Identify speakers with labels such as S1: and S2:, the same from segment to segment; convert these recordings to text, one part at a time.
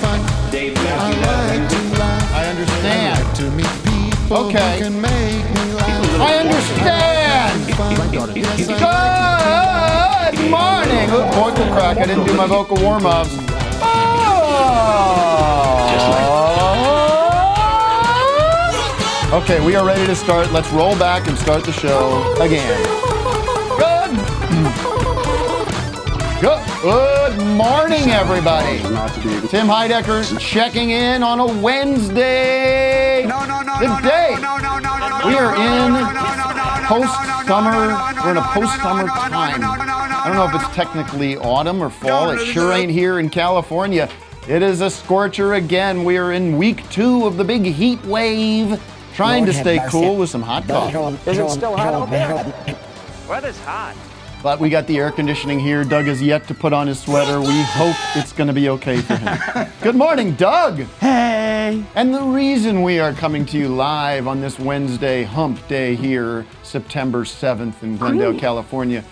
S1: fun.
S2: Dave
S1: I like
S2: Matthews.
S1: to laugh.
S3: I
S1: I
S3: understand.
S1: like to meet people
S3: Okay.
S1: who can make me laugh.
S3: I understand.
S1: Fun. Yes, I
S3: Good morning. Look, vocal crack. I didn't do my vocal warm ups. Oh. Okay, we are ready to start. Let's roll back and start the show again. Good. Good, good morning, everybody. Tim Heidecker checking in on a Wednesday.
S4: No, no, no,
S3: Good
S4: no,
S3: day.
S4: no, no, no, no, no, no,
S3: We are
S4: no,
S3: in
S4: no, no, no, no, no, no,
S3: post-summer.
S4: no, no,
S3: We're in a
S4: no,
S3: post-summer
S4: no, no, no,
S3: time.
S4: no, no, no, no,
S3: I don't know if
S4: no,
S3: it's
S4: no.
S3: technically autumn or fall.
S4: No,
S3: It
S4: no,
S3: sure
S4: no.
S3: ain't here in California. It is a scorcher again. We are in week two of the big heat wave. Trying to
S5: have
S3: stay
S5: mercy.
S3: cool with some hot coffee.
S5: Is it still hot out there?
S2: Weather's hot.
S3: But we got the air conditioning here. Doug is yet to put on his sweater. We hope it's going to be okay for him. Good morning, Doug.
S5: Hey.
S3: And the reason we are coming to you live on this Wednesday hump day here, September 7th in Glendale, California,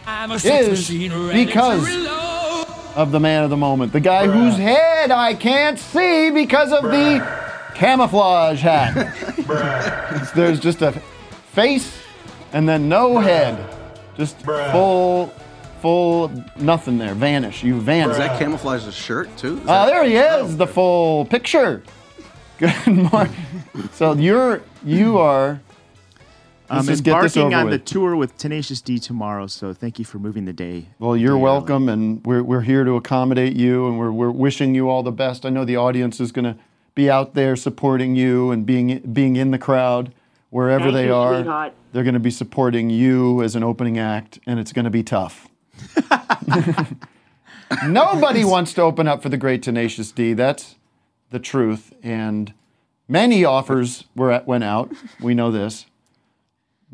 S3: is because of the man of the moment, the guy whose head I can't see because of the camouflage hat. There's just a face and then no head. Just full, full nothing there. Vanish. You vanish.
S6: Does that camouflage the shirt too? Is
S3: Ah,
S6: that- Oh.
S3: there he is, the full picture. Good morning. so you're you are. Let's
S7: I'm
S3: just get this
S7: embarking
S3: over
S7: on
S3: with.
S7: the tour with Tenacious D tomorrow, so thank you for moving the day.
S3: well, you're
S7: day early.
S3: welcome, and we're, we're here to accommodate you, and we're, we're wishing you all the best. I know the audience is going to be out there supporting you and being being in the crowd wherever
S8: Thank
S3: they
S8: you,
S3: are.
S8: sweetheart.
S3: They're going to be supporting you as an opening act, and it's going to be tough. Nobody wants to open up for the great Tenacious D. That's the truth. And many offers were at, went out. We know this.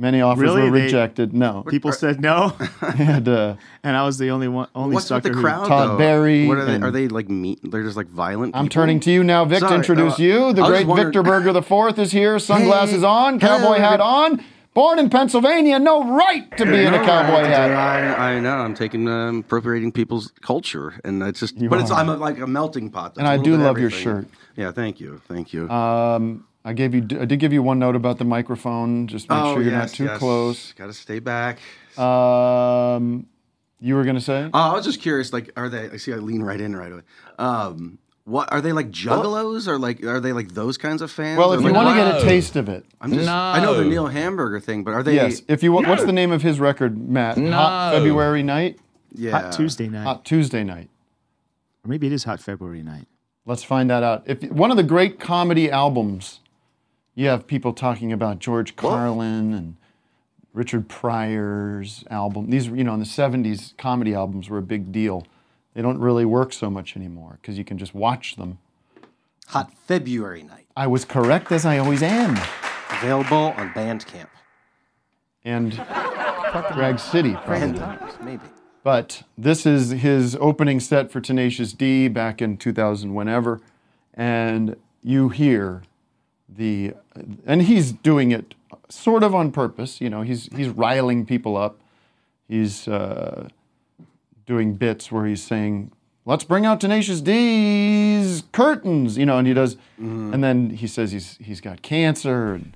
S3: Many offers
S7: Really?
S3: were
S7: They-
S3: rejected. no.
S7: People said no,
S3: And uh,
S7: and I was the only one, only
S6: What's with
S7: sucker
S6: the crowd?
S7: who.
S3: Todd
S6: though?
S3: Berry
S6: What are they?
S3: and-
S6: Are they like meat? They're just like violent.
S3: I'm
S6: people?
S3: turning to you now, Vic, to
S6: Sorry,
S3: introduce
S6: uh,
S3: you. The
S6: I was
S3: great
S6: wondering-
S3: Victor Berger IV is here. Sunglasses
S6: Hey.
S3: on, cowboy
S6: Hey.
S3: hat on. Born in Pennsylvania, no right to be in a
S6: No,
S3: cowboy
S6: I-
S3: hat.
S6: I, I know. I'm taking um, appropriating people's culture, and it's just. but it's
S3: are.
S6: I'm a, like a melting pot. That's
S3: And
S6: a
S3: I
S6: little
S3: do
S6: bit of
S3: love your
S6: everything.
S3: shirt. Uh,
S6: Yeah, thank you, thank you.
S3: Um, I gave you. I did give you one note about the microphone. Just
S6: Oh,
S3: make sure you're not too close.
S6: Got to stay back.
S3: Um, you were gonna say?
S6: Oh, I was just curious. Like, are they? I see. I lean right in right away. Um, what are they like? Juggalos or like are they like those kinds of fans?
S3: well,
S6: Or,
S3: if you
S6: like,
S3: want to
S6: what-
S3: get a taste of it,
S6: I'm just. I know the Neil Hamburger thing, but are they?
S3: yes. If you, wa- what's the name of his record, Matt? Hot
S9: No.
S3: February night,
S6: yeah.
S7: Hot Tuesday night,
S3: Hot Tuesday night.
S7: or maybe it is Hot February night.
S3: Let's find that out. If one of the great comedy albums, you have people talking about George Carlin and Richard Pryor's album. These, you know, in the '70s, comedy albums were a big deal. They don't really work so much anymore because you can just watch them.
S9: Hot February night.
S3: I was correct as I always am.
S9: Available on Bandcamp.
S3: and Drag City, probably.
S9: Bandcamp, maybe.
S3: But this is his opening set for Tenacious D back in 2000, whenever. And you hear the, and he's doing it sort of on purpose. You know, he's he's riling people up. He's uh, doing bits where he's saying, "Let's bring out Tenacious D's curtains," you know, and he does,
S6: Mm-hmm.
S3: and then he says he's he's got cancer. And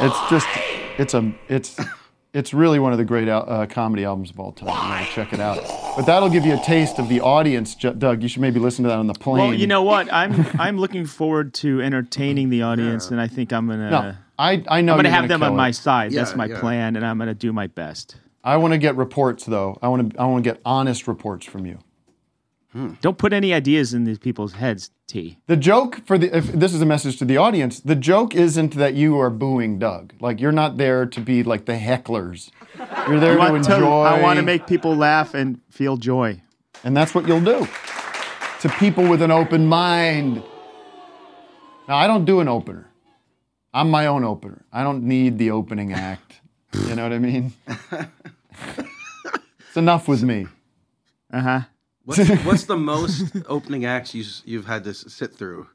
S3: it's just, it's a, it's. It's really one of the great al- uh, comedy albums of all time. You wanna check it out. But that'll give you a taste of the audience, Ju- Doug. You should maybe listen to that on the plane.
S7: Well, you know what? I'm I'm looking forward to entertaining the audience, and I think I'm gonna
S3: no, I, I know
S7: uh, I'm gonna
S3: you're
S7: have them
S3: kill
S7: on
S3: it.
S7: my side. That's
S6: Yeah,
S7: my
S6: yeah.
S7: plan, and I'm gonna do my best.
S3: I want to get reports though. I want to I want to get honest reports from you.
S7: Hmm. Don't put any ideas in these people's heads, T.
S3: The joke for the if this is a message to the audience, the joke isn't that you are booing Doug. Like you're not there to be like the hecklers. You're there
S7: I
S3: to
S7: want to,
S3: enjoy.
S7: I want to make people laugh and feel joy.
S3: and that's what you'll do to people with an open mind. Now I don't do an opener. I'm my own opener. I don't need the opening act. you know what I mean? it's enough with me. Uh-huh.
S7: Uh huh.
S6: What's, what's the most opening acts you, s- you've had to s- sit through?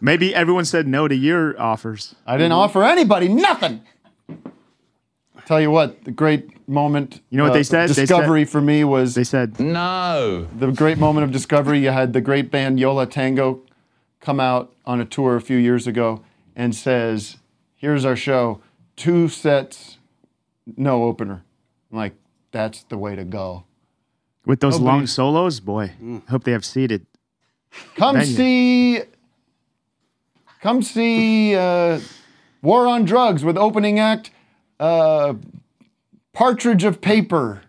S7: Maybe everyone said no to your offers.
S3: I
S6: Mm-hmm.
S3: didn't offer anybody nothing. Tell you what, the great moment. uh,
S7: You know what they said? They said-
S3: Discovery for me was
S7: They said
S3: the great moment of discovery. You had the great band Yola Tango come out on a tour a few years ago and says, "Here's our show, two sets, no opener." I'm like, that's the way to go.
S7: with those
S3: Nobody-
S7: long solos, boy. Hope they have seated.
S3: Come
S7: Venue.
S3: see, come see uh, War on Drugs with opening act uh, Partridge of Paper.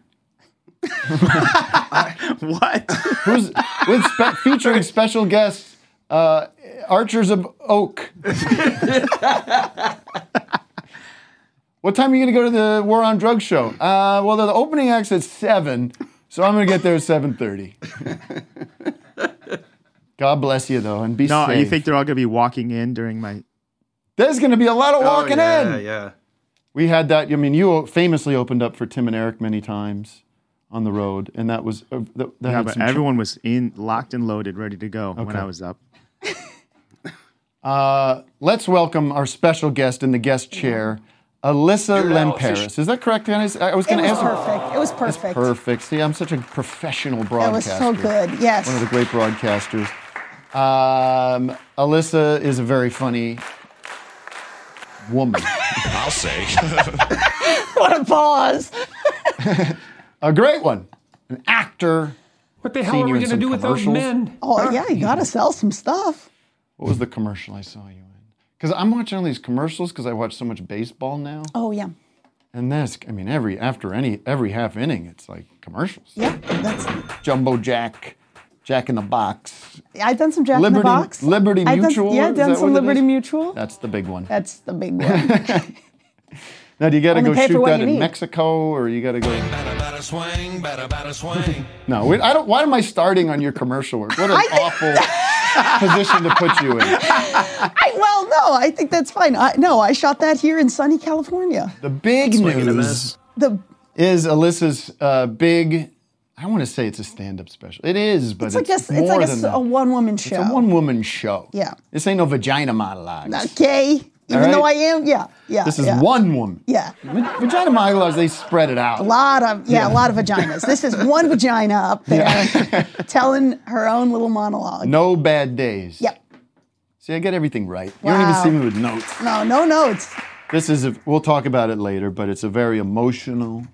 S7: What?
S3: Who's with spe- featuring special guests uh, Archers of Oak. what time are you gonna go to the War on Drugs show? Uh, well, the opening act's at seven, so I'm gonna get there at seven thirty. God bless you though, and be
S7: no,
S3: safe.
S7: you think they're all gonna be walking in during my?
S3: There's gonna be a lot of walking
S6: oh, yeah,
S3: in.
S6: Yeah,
S3: We had that. I mean, you famously opened up for Tim and Eric many times on the road, and that was uh, that, that
S7: Yeah,
S3: had
S7: but
S3: some tr-
S7: everyone was in, locked and loaded, ready to go when
S3: Okay.
S7: I was up.
S3: Uh, let's welcome our special guest in the guest chair, Alyssa Lemparis. Is that correct, Dennis? I I was
S2: It
S3: going to
S2: was
S3: ask.
S2: perfect. It was
S3: That's
S2: perfect.
S3: perfect. See, I'm such a professional
S2: That was
S3: broadcaster.
S2: so good. Yes.
S3: One of the great broadcasters. Um, Alyssa is a very funny woman.
S8: I'll say.
S2: what a pause.
S3: a great one. An actor.
S8: what the
S3: hell are we gonna
S8: to
S3: do with those men?
S2: Oh, yeah, you got to sell some stuff.
S3: What was the commercial I saw you in? Because I'm watching all these commercials because I watch so much baseball now.
S2: Oh, yeah.
S3: And this, I mean, every after any every half inning, it's like commercials.
S2: Yeah, that's.
S3: Jumbo Jack, Jack in the Box.
S2: I've done some Jack in
S3: Liberty-
S2: the Box.
S3: Liberty
S2: I've done-
S3: Mutual,
S2: yeah,
S3: is
S2: done
S3: that what
S2: some
S3: it
S2: Liberty
S3: is?
S2: Mutual.
S3: That's the big one.
S2: That's the big one.
S3: Now, do you got to
S2: Only
S3: go
S2: pay for
S3: shoot
S2: what
S3: that
S2: you
S3: in
S2: need.
S3: Mexico, or you got to go? No, we, I don't. Why am I starting on your commercial work? What an awful position to put you in.
S2: I, well, no, I think that's fine. I, no, I shot that here in sunny California.
S3: The big news
S2: The
S3: is Alyssa's uh, big. I want to say it's a stand-up special. It is, but
S2: it's
S3: it's,
S2: like a, it's
S3: more
S2: like a,
S3: than
S2: s-
S3: that.
S2: a one woman
S3: It's
S2: show.
S3: a one-woman show.
S2: Yeah.
S3: This ain't no vagina monologues.
S2: okay, even
S3: right.
S2: though I am, yeah, yeah.
S3: This is
S2: yeah.
S3: one woman.
S2: Yeah,
S3: Va- Vagina monologues, they spread it out.
S2: a lot of yeah, a lot of vaginas. This is one vagina up there telling her own little monologue.
S3: No bad days.
S2: Yep.
S3: See, I get everything right. You don't even
S2: Wow.
S3: see me with notes.
S2: No, no, no. It's
S3: This is, a, we'll talk about it later, but it's a very emotional,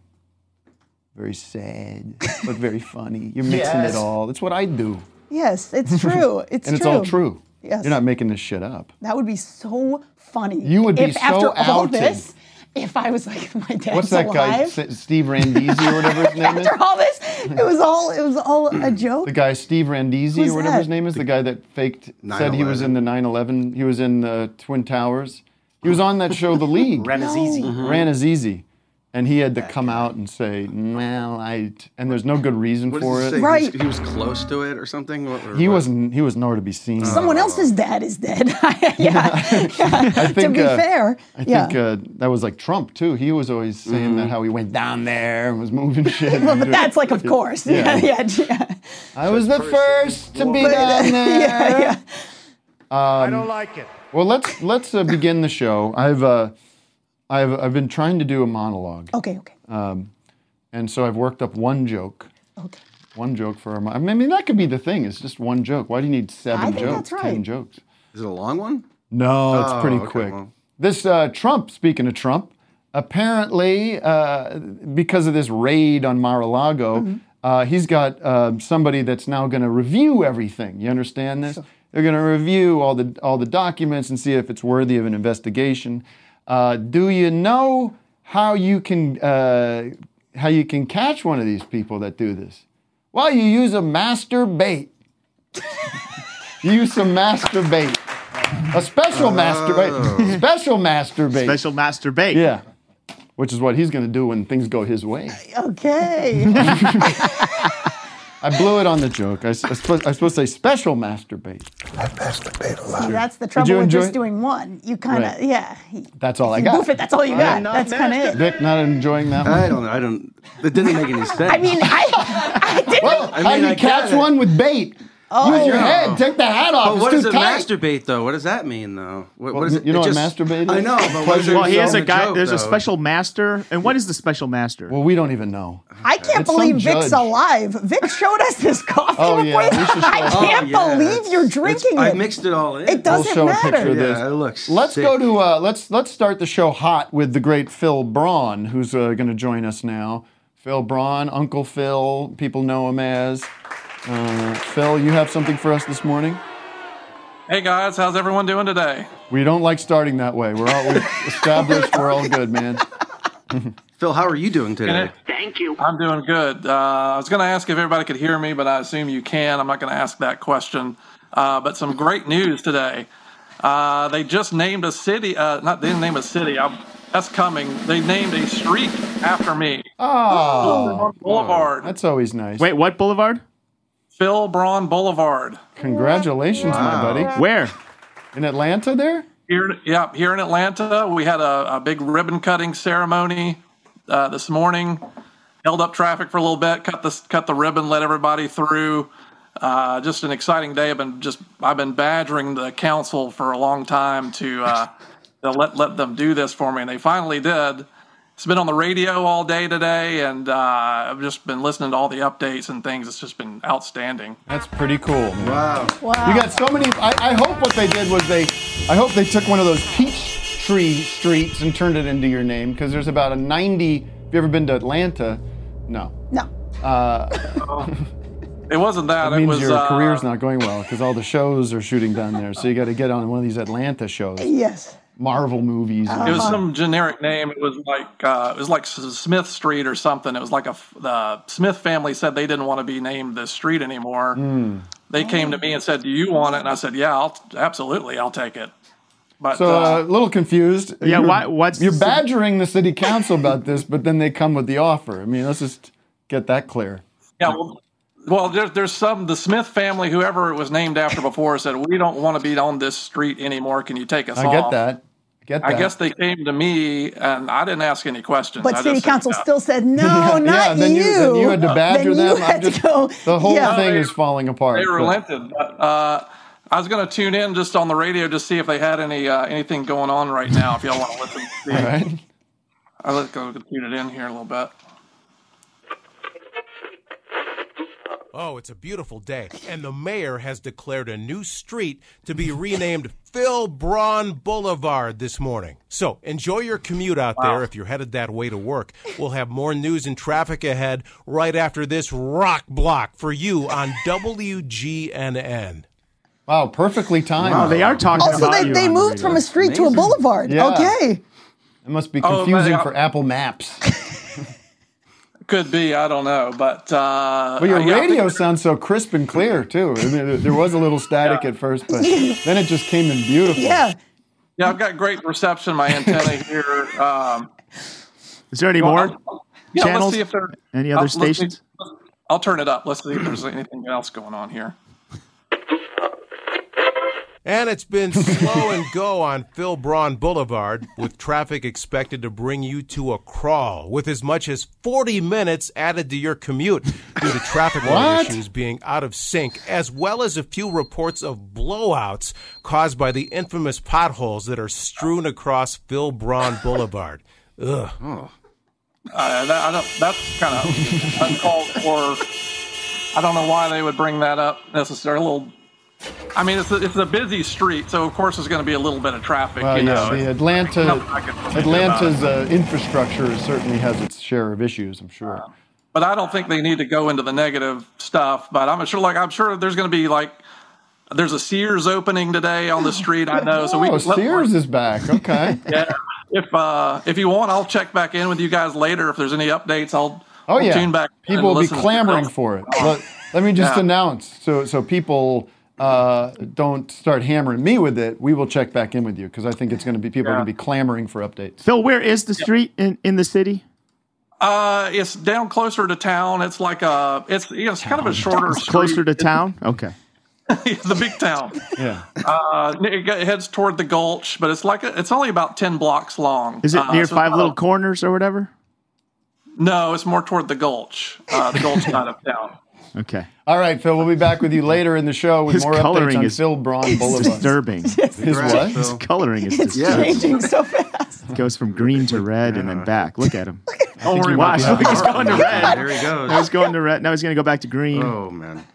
S3: very sad, but very funny. You're mixing it all. It's what I do.
S2: yes, it's true. It's
S3: And
S2: true.
S3: it's all true.
S2: Yes.
S3: You're not making this shit up.
S2: That would be so funny.
S3: You would be
S2: if after
S3: so
S2: all
S3: outed.
S2: this, if I was like my dad's
S3: What's that guy,
S2: alive.
S3: S- Steve Randisi or whatever his name is?
S2: After all this, it was all it was all a joke.
S3: The guy, Steve Randisi
S2: Who's
S3: or whatever his
S2: that?
S3: name is, the guy that faked, said he was
S6: 9/11.
S3: in the 9 11, he was in the Twin Towers. He was on that show, The League.
S9: Ranazizi.
S6: Mm-hmm.
S3: ran as easy. And he had to come out and say, well, I, t-" and there's no good reason
S6: What
S3: for
S6: does it say?
S3: it.
S2: Right.
S6: He was, he was close to it or something. What, or
S3: He
S6: what?
S3: wasn't, he was nowhere to be seen.
S2: Someone else's dad is dead. yeah.
S6: Oh.
S2: yeah. to
S3: think,
S2: be
S3: uh,
S2: fair.
S3: I
S2: yeah.
S3: think uh, that was like Trump too. He was always saying
S6: Mm-hmm.
S3: that how he went down there and was moving shit.
S2: well, but that's like, of course. Yeah, yeah, yeah.
S3: I was the first to be down there. Um,
S2: yeah, yeah.
S7: I don't like it.
S3: Well, let's let's uh, begin the show. I've uh, I've I've been trying to do a monologue, Um,
S2: Okay, okay,
S3: and so I've worked up one joke,
S2: okay.
S3: one joke for a. mo- I mean, that could be the thing. It's just one joke. Why do you need seven
S2: I think
S3: jokes,
S2: that's right.
S3: ten jokes?
S6: Is it a long one?
S3: No, it's
S6: Oh,
S3: pretty
S6: okay,
S3: quick.
S6: well.
S3: This uh, Trump, speaking of Trump, apparently uh, because of this raid on Mar-a-Lago,
S6: Mm-hmm.
S3: uh, he's got uh, somebody that's now going to review everything. You understand this? They're going to review all the all the documents and see if it's worthy of an investigation. Uh, do you know how you can uh, how you can catch one of these people that do this? Well, you use a master bait. you use some master bait. A special master
S6: Oh.
S3: bait. Special master bait.
S7: Special master bait.
S3: Yeah. Which is what he's going to do when things go his way.
S2: okay.
S3: I blew it on the joke. I, s- I supposed, I supposed to say special masturbate.
S2: That's the trouble
S3: you
S2: with
S3: enjoy
S2: just
S3: it?
S2: doing one. You kind of,
S3: Right.
S2: yeah.
S3: That's all I
S2: you
S3: got.
S2: goof it, that's all you got. That's kind of it.
S3: Vic, not enjoying that one.
S6: I don't know. I don't. It didn't make any sense.
S2: I mean, I, I didn't. Oh,
S3: Well,
S6: mean,
S3: how do
S6: I
S3: you
S6: got
S3: catch
S6: it.
S3: one with bait? Use your
S6: no.
S3: head. Take the hat off.
S6: But
S3: it's
S6: what
S3: too
S6: does it
S3: tight.
S6: masturbate though? What does that mean though?
S3: Well,
S6: What, what is
S3: you-
S6: it?
S3: you know
S6: it
S3: what masturbate
S6: I
S3: is?
S6: know, but what is it
S3: Pleasure
S7: Well, he has
S6: resolve
S7: a
S6: the
S7: guy.
S6: joke,
S7: there's
S6: though?
S7: a special master, and what is the special master?
S3: well, we don't even know.
S2: I can't
S3: It's some
S2: believe
S3: judge.
S2: Vic's alive. Vic showed us his coffee
S3: Oh,
S2: before
S3: yeah,
S2: the-
S3: we should show
S2: I
S3: it.
S2: can't
S6: Oh, yeah,
S2: believe
S6: it's-
S2: you're
S6: it's-
S2: drinking
S6: I
S2: it.
S6: mixed it all in.
S2: It
S3: We'll
S2: doesn't
S3: show a picture
S2: matter.
S3: of this.
S6: Yeah, it looks
S3: Let's
S6: sick.
S3: go to uh, let's let's start the show hot with the great Phil Braun, who's uh, going to join us now. Phil Braun, Uncle Phil, people know him as. Uh, Phil, you have something for us this morning?
S8: Hey guys, how's everyone doing today?
S3: We don't like starting that way. We're all we've established. We're all good, man.
S6: Phil, how are you doing today?
S8: I'm doing good. Uh, I was going to ask if everybody could hear me, but I assume you can. I'm not going to ask that question. Uh, but some great news today. Uh, they just named a city. Uh, not they didn't name a city. i that's coming. They named a street after me.
S3: Oh,
S8: Boulevard.
S3: that's always nice.
S7: Wait, what boulevard?
S8: Phil Braun Boulevard.
S3: Congratulations, my buddy.
S7: Where?
S3: In Atlanta, there.
S8: Here, yeah, here in Atlanta, we had a, a big ribbon cutting ceremony uh, this morning. Held up traffic for a little bit, cut the cut the ribbon, let everybody through. Uh, just an exciting day. I've been just I've been badgering the council for a long time to uh, to let let them do this for me, and they finally did. It's been on the radio all day today, and uh, I've just been listening to all the updates and things. It's just been outstanding.
S3: That's pretty cool. man.
S6: Wow.
S3: You got so many. I, I hope what they did was they. I hope they took one of those peach tree streets and turned it into your name because there's about a 90. Have you ever been to Atlanta? No. Uh,
S2: No.
S8: It wasn't that.
S3: That means
S8: it was
S3: your
S8: uh,
S3: career's not going well because all the shows are shooting down there. So you got to get on one of these Atlanta shows,
S2: Yes. Uh-huh.
S3: Marvel movies.
S8: It was some generic name. It was like uh, it was like S- Smith Street or something. It was like a f- the Smith family said they didn't want to be named this street anymore. They came to me and said, "Do you want it?" And I said, "Yeah, I'll, absolutely, I'll take it." But
S3: so
S8: uh,
S3: uh, a little confused.
S7: Yeah,
S3: You're-
S7: why- what's
S3: you're
S7: the-
S3: badgering the city council about this, but then they come with the offer. I mean, let's just get that clear.
S8: yeah, well, well there, there's some the Smith family, whoever it was named after before, said we don't want to be on this street anymore. Can you take us
S3: I
S8: off?
S3: get that. I get that.
S8: I guess they came to me and I didn't ask any questions.
S2: But
S8: I
S2: city
S8: just said,
S2: council
S8: "Yeah."
S2: still said, no, not
S3: yeah, then you, then you had to badger
S2: Then
S3: them.
S2: You
S3: I'm
S2: had to
S3: just-
S2: go.
S3: The whole
S2: yeah.
S3: thing is falling apart.
S8: They
S3: but-
S8: relented. But, uh, I was going to tune in just on the radio to see if they had any uh, anything going on right now. If y'all want to listen, see.
S3: all right.
S8: I'll let go tune it in here a little bit.
S10: Oh, it's a beautiful day. And the mayor has declared a new street to be renamed Phil Braun Boulevard this morning. So enjoy your commute out there if you're headed that way to work. We'll have more news and traffic ahead right after this rock block for you on WGNN.
S3: Wow, perfectly timed.
S7: Oh, they are talking
S2: Oh, so
S7: about
S2: they,
S7: you.
S2: they
S7: on the
S2: moved from a street to a
S6: Amazing.
S2: boulevard.
S3: Yeah.
S2: Okay.
S3: It must be
S8: Oh,
S3: confusing
S8: but, uh,
S3: for Apple Maps.
S8: Could be, I don't know, but uh,
S3: But your
S8: yeah, I think-
S3: radio sounds so crisp and clear too. I mean, there- there was a little static at first, but then it just came in beautiful.
S2: Yeah.
S8: yeah, I've got great reception. My antenna here. Um,
S7: Is there any more?
S8: yeah,
S7: Channels?
S8: let's see if there
S7: Any other
S8: let's see-
S7: stations?
S8: I'll turn it up. Let's see if there's anything else going on here.
S10: And it's been slow and go on Phil Braun Boulevard, with traffic expected to bring you to a crawl, with as much as 40 minutes added to your commute due to traffic light
S3: What?
S10: issues being out of sync, as well as a few reports of blowouts caused by the infamous potholes that are strewn across Phil Braun Boulevard. Ugh.
S8: Oh. Uh, that, I don't, that's kind of uncalled for. I don't know why they would bring that up necessarily. A little, I mean, it's a, it's a busy street, so of course there's going to be a little bit of traffic.
S3: Well,
S8: you
S3: yeah,
S8: know,
S3: the Atlanta
S8: No, I can-
S3: Atlanta's uh, infrastructure certainly has its share of issues. I'm sure.
S8: Um, but I don't think they need to go into the negative stuff. But I'm sure, like, I'm sure there's going to be like, there's a Sears opening today on the street. I know, so we
S3: oh,
S8: can let-
S3: Sears is back. Okay.
S8: yeah. If uh, if you want, I'll check back in with you guys later if there's any updates. I'll
S3: Oh
S8: I'll
S3: yeah,
S8: tune back. in and
S3: people will be
S8: listen to-
S3: clamoring for it. Let, let me just
S8: Yeah.
S3: announce, so so people uh, don't start hammering me with it. We will check back in with you because I think it's going to be people are going to be clamoring for updates.
S7: Phil, where is the street in, in the city?
S8: Uh, it's down closer to town. It's like a, it's you know, it's kind of a shorter,
S7: It's closer
S8: street.
S7: to town. Okay.
S8: the big town.
S3: Yeah.
S8: Uh, it go- it heads toward the gulch, but it's like a, it's only about ten blocks long.
S7: Is it
S8: Uh,
S7: near
S8: so
S7: Five
S8: not a-
S7: Little Corners or whatever?
S8: No, it's more toward the gulch, uh, the gulch side of town.
S7: Okay.
S3: All right, Phil. We'll be back with you later in the show with
S7: His
S3: more updates
S7: coloring
S3: on
S7: is
S3: Phil Braun Boulevard.
S7: disturbing.
S3: His what?
S7: His coloring is
S2: It's
S7: disturbing.
S2: changing so fast.
S7: It goes from green to red and then back. Look at him.
S6: Don't worry
S7: Wow,
S6: about that.
S7: he's going to red.
S6: There he
S7: Now
S6: goes.
S7: he's going to red. Now he's going to go back to green.
S6: Oh man.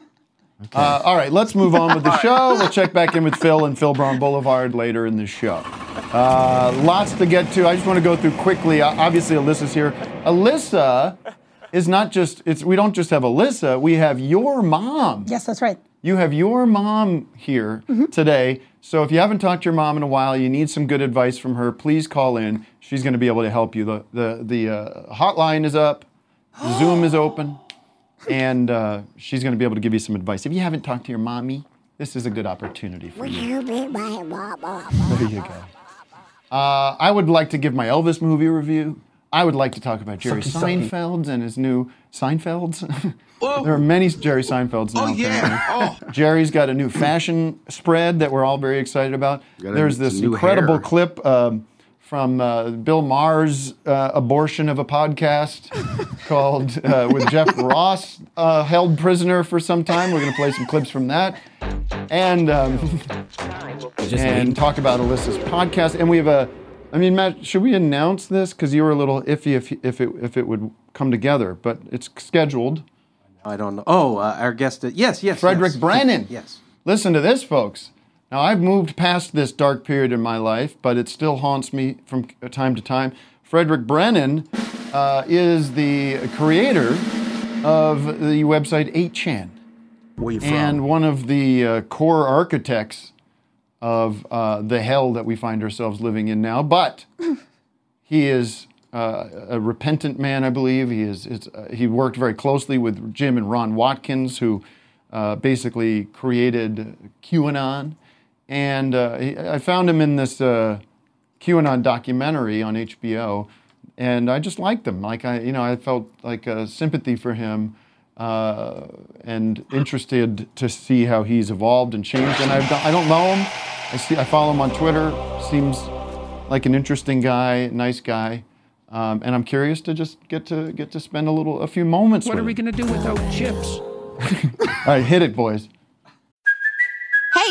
S3: Uh, all right, let's move on with the show. We'll check back in with Phil and Phil Brown Boulevard later in the show. Uh, lots to get to. I just want to go through quickly. Uh, obviously, Alyssa's here. Alyssa is not just. It's we don't just have Alyssa. We have your mom.
S2: Yes, that's right. Mm-hmm.
S3: You have your mom here today. So if you haven't talked to your mom in a while, you need some good advice from her, please call in. She's going to be able to help you. The, the, the uh, hotline is up, Zoom is open, and uh, she's going to be able to give you some advice. If you haven't talked to your mommy, this is a good opportunity for you. There you go. Uh, I would like to give my Elvis movie review. I would like to talk about Jerry
S9: Sucky, sucky.
S3: Seinfeld's and his new Seinfeld's. there are many Jerry Seinfeld's now.
S6: Oh yeah.
S3: apparently.
S6: Oh.
S3: Jerry's got a new fashion spread that we're all very excited about.
S6: Got a
S3: There's this
S6: new
S3: incredible
S6: hair.
S3: clip um, from uh, Bill Maher's uh, abortion of a podcast called uh, with Jeff Ross uh, held prisoner for some time. We're going to play some clips from that. And um, and talk about Alyssa's podcast. And we have a, I mean, Matt, should we announce this? Because you were a little iffy if, if it if it would come together, but it's scheduled.
S9: I don't know. Oh, uh, our guest. Yes, yes.
S3: Frederick
S9: yes.
S3: Brannon.
S9: Yes.
S3: Listen to this, folks. Now I've moved past this dark period in my life, but it still haunts me from time to time. Frederick Brennan uh, is the creator of the website 8chan.
S9: Where you
S3: and one of the uh, core architects of uh, the hell that we find ourselves living in now. But he is uh, a repentant man, I believe. He is. is uh, he worked very closely with Jim and Ron Watkins, who uh, basically created QAnon. And uh, he, I found him in this uh, QAnon documentary on HBO, and I just liked him. Like I, you know, I felt like uh, sympathy for him uh, and interested to see how he's evolved and changed. And I've, I don't know him. I see, I follow him on Twitter. Seems like an interesting guy, nice guy. Um, and I'm curious to just get to get to spend a little, a few moments.
S11: What
S3: with
S11: are we
S3: him.
S11: going to do without chips?
S3: All right, hit it, boys.
S12: Hey,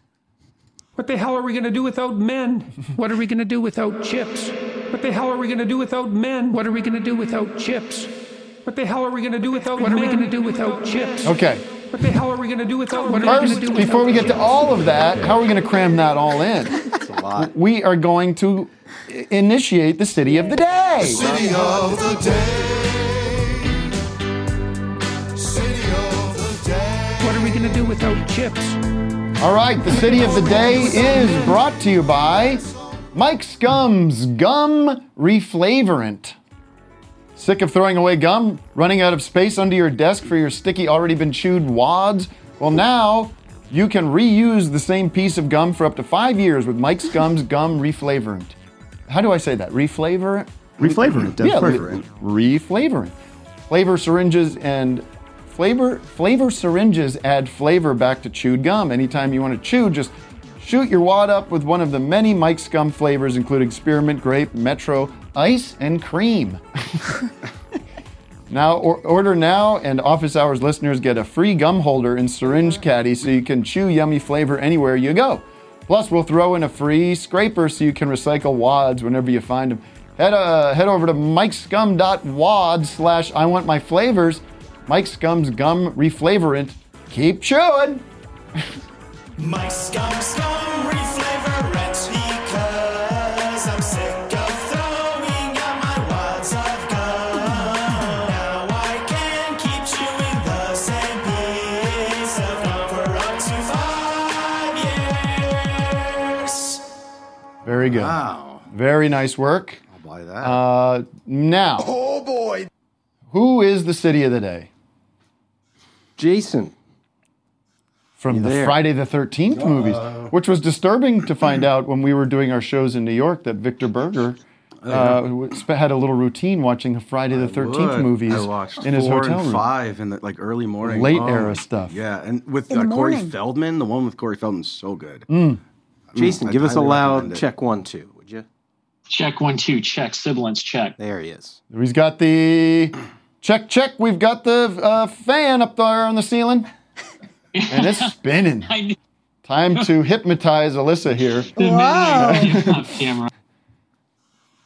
S11: What the hell are we going to do without men? What are we going to do without chips? What the hell are we going to do without men? What are we going to do without chips? What the hell are we going to do without What are we going to do without chips?
S3: Okay.
S11: What the hell are we going to do without What are we
S3: First,
S11: going to do without
S3: before we get to
S11: chips?
S3: all of that, how are we going to cram that all in? That's a lot. We are going to i- initiate the city of the day.
S1: City of the day. City of the day.
S11: What are we going to do without chips?
S3: All right, the city of the day is brought to you by Mike Scum's Gum Reflavorant. Sick of throwing away gum? Running out of space under your desk for your sticky, already been chewed wads? Well, now you can reuse the same piece of gum for up to five years with Mike's Gum's Gum Reflavorant. How do I say that? Reflavor?
S7: Reflavorant, that's
S3: yeah,
S7: perfect.
S3: re- reflavorant. Flavor syringes and flavor flavor syringes add flavor back to chewed gum. Anytime you want to chew, just shoot your wad up with one of the many Mike's gum flavors, including spearmint, grape, metro, ice, and cream. Now or, order now, and office hours listeners get a free gum holder and syringe caddy, so you can chew yummy flavor anywhere you go. Plus, we'll throw in a free scraper, so you can recycle wads whenever you find them. Head uh, head over to mikescum.wad slash I want my flavors. Mike Scum's gum reflavorant. Keep chewing.
S1: Mike Scum Scum reflavorant because I'm sick of throwing out my wads of gum. Now I can keep chewing the same piece of gum for up to five years.
S3: Very good. Wow. Very nice work. I'll buy that. Uh, now. Oh boy. Who is the city of the day?
S9: Jason.
S3: From
S9: You
S3: the
S9: there?
S3: Friday the 13th movies,
S9: Uh.
S3: which was disturbing to find out when we were doing our shows in New York that Victor Berger uh, w- sp- had a little routine watching the Friday the 13th
S6: Would.
S3: movies
S6: I watched
S3: in his
S6: four
S3: hotel
S6: and
S3: room.
S6: Five in the like early morning,
S3: Late
S6: Oh,
S3: era stuff.
S6: Yeah, and with
S3: In
S6: uh,
S3: the
S6: Corey
S3: morning.
S6: Feldman, the one with Corey Feldman's so good.
S3: Mm.
S9: Jason,
S6: I
S9: give us a
S6: highly
S9: loud
S6: recommend it.
S9: check one, two, would you?
S13: Check one, two, check, sibilance, check.
S9: There he is.
S3: He's got the check, check. We've got the uh, fan up there on the ceiling, and it's spinning. Time to hypnotize Alyssa here.
S13: camera.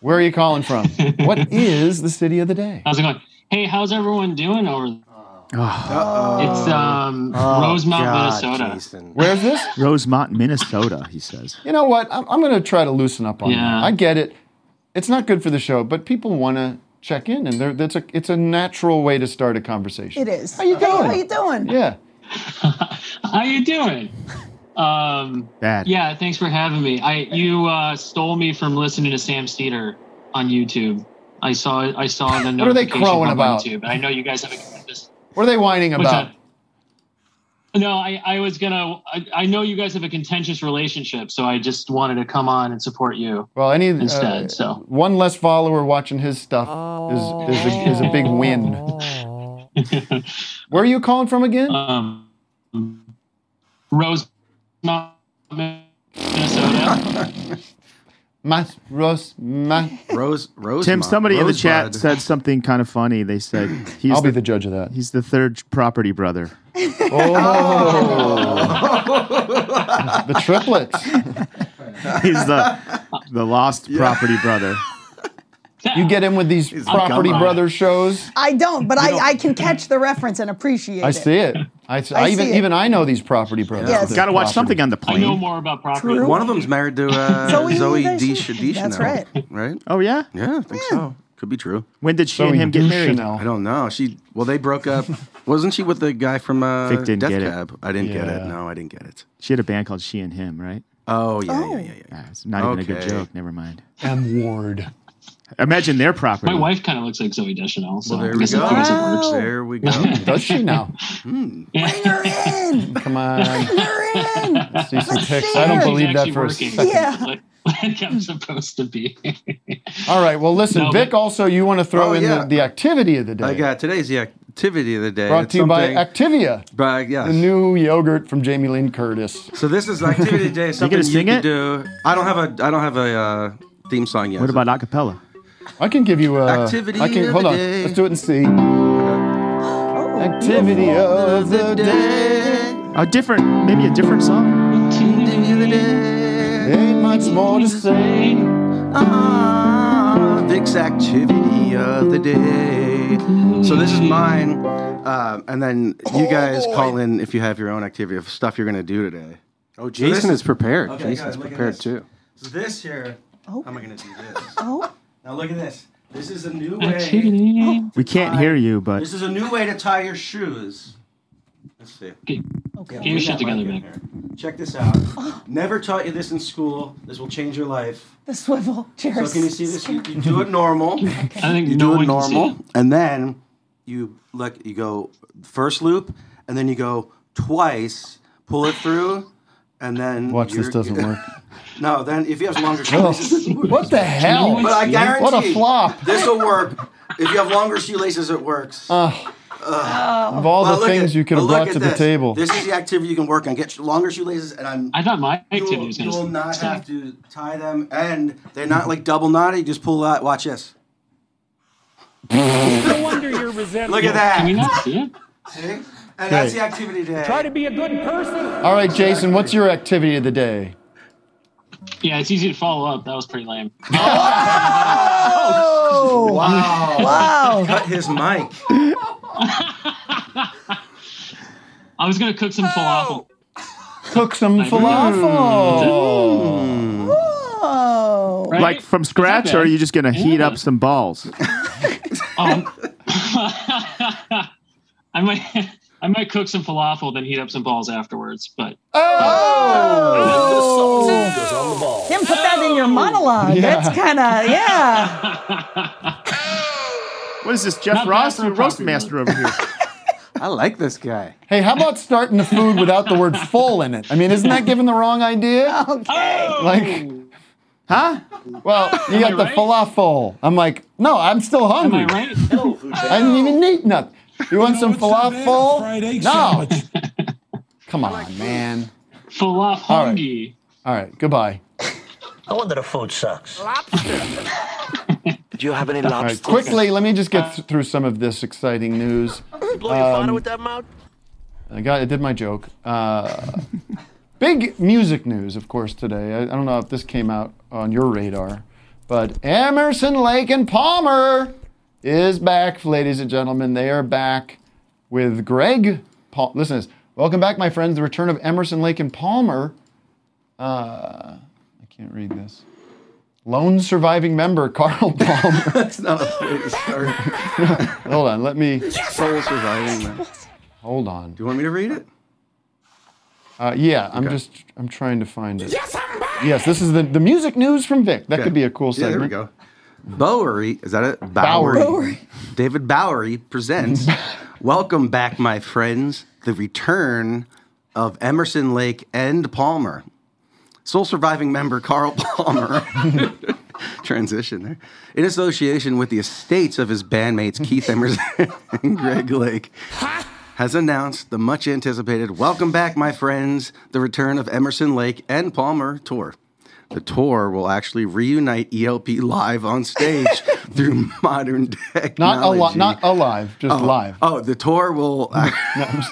S3: Where are you calling from? what is the city of the day?
S13: How's it going? Hey, how's everyone doing over there? It's um,
S7: Oh,
S13: Rosemount,
S7: God,
S13: Minnesota.
S3: Where's this?
S7: Rosemont, Minnesota, he says.
S3: You know what? I'm, I'm going to try to loosen up on
S7: Yeah.
S3: that. I get it. It's not good for the show, but people want to check in, and they're- that's a, it's a natural way to start a conversation.
S2: It is.
S3: How you
S2: Hey,
S3: doing?
S2: how you doing?
S3: Yeah.
S13: How you doing? Um,
S7: Bad.
S13: Yeah, thanks for having me. I you uh, stole me from listening to Sam Cedar on YouTube. I saw I saw the
S3: What are they
S13: notification
S3: crowing
S13: pop
S3: about?
S13: on YouTube. I know you guys haven't covered this.
S3: What are they whining
S13: What's
S3: about?
S13: No, I, I was gonna. I, I know you guys have a contentious relationship, so I just wanted to come on and support you.
S3: Well, any uh,
S13: Instead, so.
S3: one less follower watching his stuff is is a, is a big win. Where are you calling from again?
S13: Um, Rosemont, Minnesota.
S3: Mas, Rose, ma,
S6: Rose, Rose.
S7: Tim, somebody in the chat said something kind of funny. They said, he's
S3: I'll be the judge of that.
S7: He's the third property brother.
S6: Oh.
S3: the triplets.
S7: He's the the lost property brother.
S6: Oh,
S3: You get in with these property
S7: gum on it.
S3: brothers shows.
S2: I don't, but
S3: You
S2: I,
S3: don't-
S2: I can catch the reference and appreciate
S3: I
S2: it.
S3: see it. I, s-
S2: I
S3: I even
S2: see it.
S3: even I know these property brothers.
S2: Yes.
S3: They're
S2: Gotta watch
S3: property-
S7: something on the plane.
S13: I know more about property.
S6: True. One of them's married to uh,
S13: Zoe
S6: Zoe,
S13: Deschanel.
S6: Deschanel.
S13: That's
S6: right. Right.
S7: Oh yeah.
S6: Yeah, I think so. Could be true.
S7: When did she and him get married?
S6: I don't know. She well, they broke up. Wasn't she with the guy from uh,
S7: Vic didn't
S6: Death
S7: get it.
S6: Cab? I didn't get it.
S7: Yeah.
S6: No, I didn't get it.
S7: She had a band called She and Him, right?
S6: Oh yeah, yeah, yeah, yeah.
S7: Ah, it's not even a
S6: Okay.
S7: good joke. Never mind.
S3: M Ward.
S7: Imagine their property.
S13: My wife kind of looks like Zoe Deschanel. So
S7: Well, there
S13: I
S7: we
S13: guess
S7: go.
S13: That proves it works.
S6: There we go.
S3: Does she now? Come on. Let's see some pics. I don't believe that for a second.
S13: Yeah. Like I'm supposed to be.
S3: All right. Well, listen,
S13: No,
S3: Vic. Also, you want to throw
S6: Oh,
S3: in
S6: yeah.
S3: the, the activity of the
S6: I
S3: day,
S6: got Uh, today's the activity of the day.
S3: brought
S6: It's
S3: to you by
S6: something-
S3: Activia,
S6: by yeah.
S3: the new yogurt from Jamie Lynn Curtis.
S6: So this is activity of the day. Something you, can do. I don't have a. I don't have a uh, theme song yet.
S7: What about acapella?
S3: I can give you a
S6: Activity
S3: I can
S6: of
S3: hold
S6: the
S3: on.
S6: day.
S3: Let's do it in C. Activity
S13: Oh.
S3: of the day.
S7: A different, maybe a different song.
S3: Ain't much more to say.
S6: Ah, Vic's activity of the day. So this is mine, uh, and then you guys call in if you have your own activity of stuff you're gonna do today.
S9: Oh, Jason
S6: this-
S9: is prepared.
S6: Okay,
S9: Jason's
S6: good, look at
S9: prepared
S6: this.
S9: too.
S6: So this here. How am I gonna do this?
S2: Oh.
S6: Now look at this. This is a new
S7: We can't hear you, but
S6: This is a new way to tie your shoes. Let's see. Okay.
S13: Get your shit together, man.
S6: Check this out. Never taught you this in school. This will change your life.
S2: The swivel chairs.
S6: So can you see this? You, you do it normal. I
S13: think
S6: you do
S13: no one
S6: it
S13: can see
S6: normal,
S13: it.
S6: and then you like you go first loop, and then you go twice, pull it through, and then
S3: Watch this
S6: you're-
S3: doesn't work.
S6: No, then if you have longer
S3: Oh,
S6: shoelaces,
S3: what the hell?
S6: But I guarantee
S3: What a flop.
S6: This will work. If you have longer shoelaces, it works.
S3: Ugh.
S6: Ugh.
S3: Of all the
S6: But look
S3: things
S6: at-
S3: you could have
S6: but look
S3: brought
S6: at
S3: to the
S6: this.
S3: table.
S6: This is the activity you can work on. Get sh- longer shoelaces, and I'm.
S13: I thought my
S6: you will-
S13: activity was
S6: You
S13: gonna
S6: will not
S13: suck.
S6: have to tie them, and they're not like double knotted. You just pull out. Watch this.
S11: no wonder you're resentful.
S6: Look at that.
S13: Can we not see it?
S6: See? And that's
S3: Great.
S6: the activity day.
S11: Try to be a good person.
S3: All right, Jason, what's your activity of the day?
S13: Yeah, it's easy to follow up. That was pretty lame.
S2: Oh!
S6: Wow.
S2: Wow.
S6: Cut his mic.
S13: I was gonna cook some
S3: Oh.
S13: falafel.
S3: Cook some falafel.
S2: Oh.
S14: Like from scratch, or are you just going to heat up some balls?
S13: Um, I might, I might cook some falafel, then heat up some balls afterwards. But
S2: Oh. Tim, put that in your monologue.
S13: Yeah.
S2: That's kind of, yeah.
S14: What is this, Jeff
S13: Not bad
S14: Ross,
S13: for a
S14: roast
S13: puppy,
S14: master over here?
S3: I like this guy. Hey, how about starting the food without the word full in it? I mean, isn't that giving the wrong idea?
S2: Okay.
S3: Like, huh? Well, you
S2: Am I
S3: got the
S2: right?
S3: falafel. I'm like, no, I'm still hungry.
S13: Am I right?
S3: I didn't even eat nothing. You want some falafel? no. Come on, man.
S13: falafel.
S3: All right. All right. Goodbye.
S15: No wonder the food sucks. Do you have any
S3: All right. Quickly, let me just
S13: Uh,
S3: get th- through some of this exciting news. Um,
S15: that mouth?
S3: I got. I did my joke. Uh, big music news, of course, today. I, I don't know if this came out on your radar, but Emerson, Lake, and Palmer is back, ladies and gentlemen. They are back with Greg. Pal- Listen to this. Welcome back, my friends. The return of Emerson, Lake, and Palmer. Uh, I can't read this. Lone surviving member Carl Palmer. That's not a way to start. Hold on, let me. Sole surviving member. Hold on. Do
S6: you want me to read it?
S3: Uh, yeah, I'm
S6: Okay.
S3: just I'm trying to find it. Yes, this is the, the music news from Vic. That
S6: Okay.
S3: could be a cool
S6: Yeah,
S3: segment.
S6: there we go. Bowery, is that it?
S3: Bowery. Bowery.
S6: David Bowery presents Welcome Back, My Friends, the return of Emerson Lake and Palmer. Sole surviving member Carl Palmer. Transition there. In association with the estates of his bandmates Keith Emerson and Greg Lake, has announced the much anticipated Welcome Back, My Friends, the return of Emerson Lake and Palmer tour. The tour will actually reunite ELP live on stage through modern technology.
S3: Not alive, not alive, just
S6: oh,
S3: live.
S6: Oh, the tour will.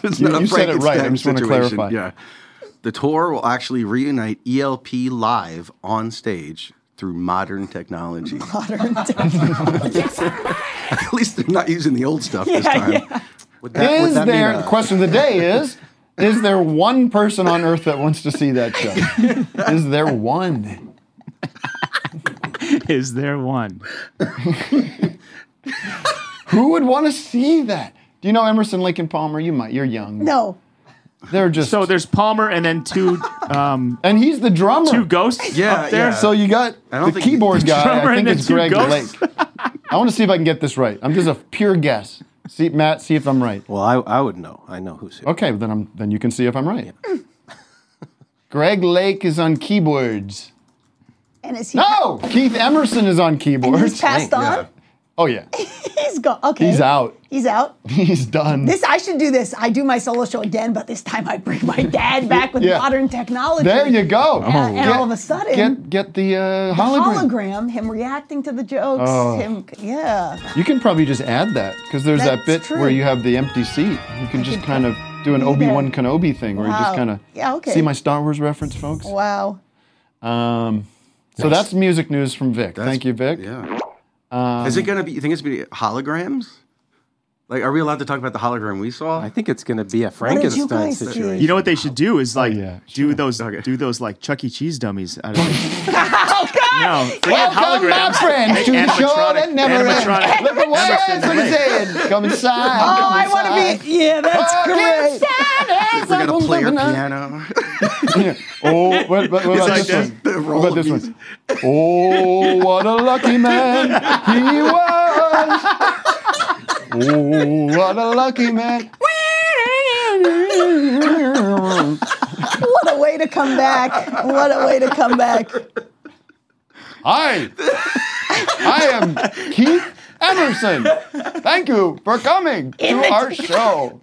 S6: it's
S3: you-
S6: not a
S3: you said it right. I
S6: Frankenstein
S3: just wanna
S6: situation,
S3: clarify.
S6: Yeah. The tour will actually reunite ELP live on stage through modern technology.
S2: Modern technology.
S6: At least they're not using the old stuff this
S3: Yeah,
S6: time.
S3: yeah.
S6: Would that- would
S3: Is
S6: that mean
S3: there
S6: a-
S3: the question of the day is is there one person on earth that wants to see that show? is there one?
S7: Is there one?
S3: Who would want to see that? Do you know Emerson Lake and Palmer? You might. You're young.
S2: No.
S3: They're just
S14: so there's Palmer and then two. Um,
S3: and he's the drummer.
S14: Two ghosts. up there.
S3: So you got
S14: I don't
S3: the
S14: think-
S3: keyboard guy.
S14: Drummer
S3: I
S14: and
S3: think
S14: then
S3: it's
S14: two
S3: Greg
S14: ghosts?
S3: Lake. I want to see if I can get this right. I'm just a pure guess. See, Matt, see if I'm right.
S6: Well, I, I would know. I know who's who.
S3: Okay, then I'm then you can see if I'm right. Greg Lake is on keyboards.
S2: And is he?
S3: No, Keith Emerson is on keyboards.
S2: he's passed Yeah. on?
S3: Oh yeah,
S2: He's gone. Okay.
S3: he's out.
S2: He's out.
S3: He's done.
S2: This I should do this. I do my solo show again, but this time I bring my dad back with
S3: Yeah.
S2: modern technology.
S3: there you go.
S2: And, and all of a sudden,
S3: get get the uh, hologram.
S2: hologram, him reacting to the jokes,
S3: Oh.
S2: him, yeah.
S3: You can probably just add that because there's that
S2: That's
S3: bit
S2: true.
S3: where you have the empty seat. You can just kind of do an
S2: do
S3: Obi Wan
S2: that.
S3: Kenobi thing where you just
S2: Wow.
S3: kind of
S2: Yeah, okay.
S3: see my Star Wars reference, folks.
S2: Wow.
S3: Um, so
S6: Nice.
S3: that's music news from Vic. Thank you, Vic.
S6: Yeah.
S3: Um,
S6: Is it gonna be? You think it's gonna be holograms? Like, are we allowed to talk about the hologram we saw? I think it's gonna be a
S14: Frankenstein situation. You know what they should do
S3: Oh,
S14: is like do those do those like Chuck E. Cheese dummies. Out of
S2: oh
S14: God! No, forget
S3: Welcome, my
S14: holograms.
S3: friends, to the show
S14: Animatronic-
S3: that never
S14: animatronic
S3: ends. Look at what
S14: Emerson
S3: ends when it's
S14: Lake.
S3: in. Come inside.
S2: Oh,
S3: come
S2: I wanna be-
S3: inside.
S2: yeah, that's
S3: Come
S2: great.
S3: inside,
S6: We're gonna play her
S3: everyone.
S6: piano.
S3: Oh, what, what, what
S6: It's
S3: about
S6: like
S3: this
S6: this-
S3: one?
S6: the
S3: What
S6: roll
S3: about
S6: of
S3: this one? Oh, what a lucky man he was. Oh, what a lucky man.
S2: what a way to come back. What a way to come back.
S3: Hi, I am Keith Emerson. Thank you for coming
S2: In
S3: to
S2: the-
S3: our show.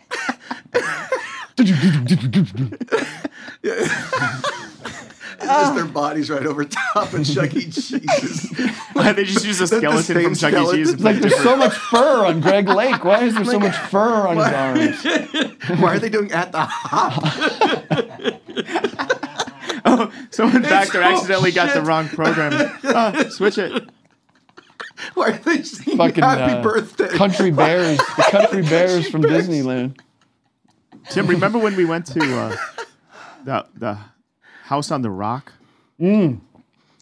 S3: Ah.
S6: just their bodies right over top of Chuck E. Cheese's.
S14: they just use a
S6: The- the
S14: skeleton from
S6: same
S14: Chuck E. Cheese.
S6: skeleton.
S3: Like there's so much fur on Greg Lake. Why is there so much fur on his arms?
S6: Why are they doing at the hop?
S14: Someone
S6: It's-
S14: back there
S6: oh,
S14: accidentally got the
S6: shit.
S14: wrong program. Uh, switch it.
S6: Why are they singing
S3: Fucking
S6: Happy
S3: uh,
S6: Birthday?
S3: country bears, the country bears from Disneyland.
S14: Tim, remember when we went to uh, the the house on the rock?
S3: Mm.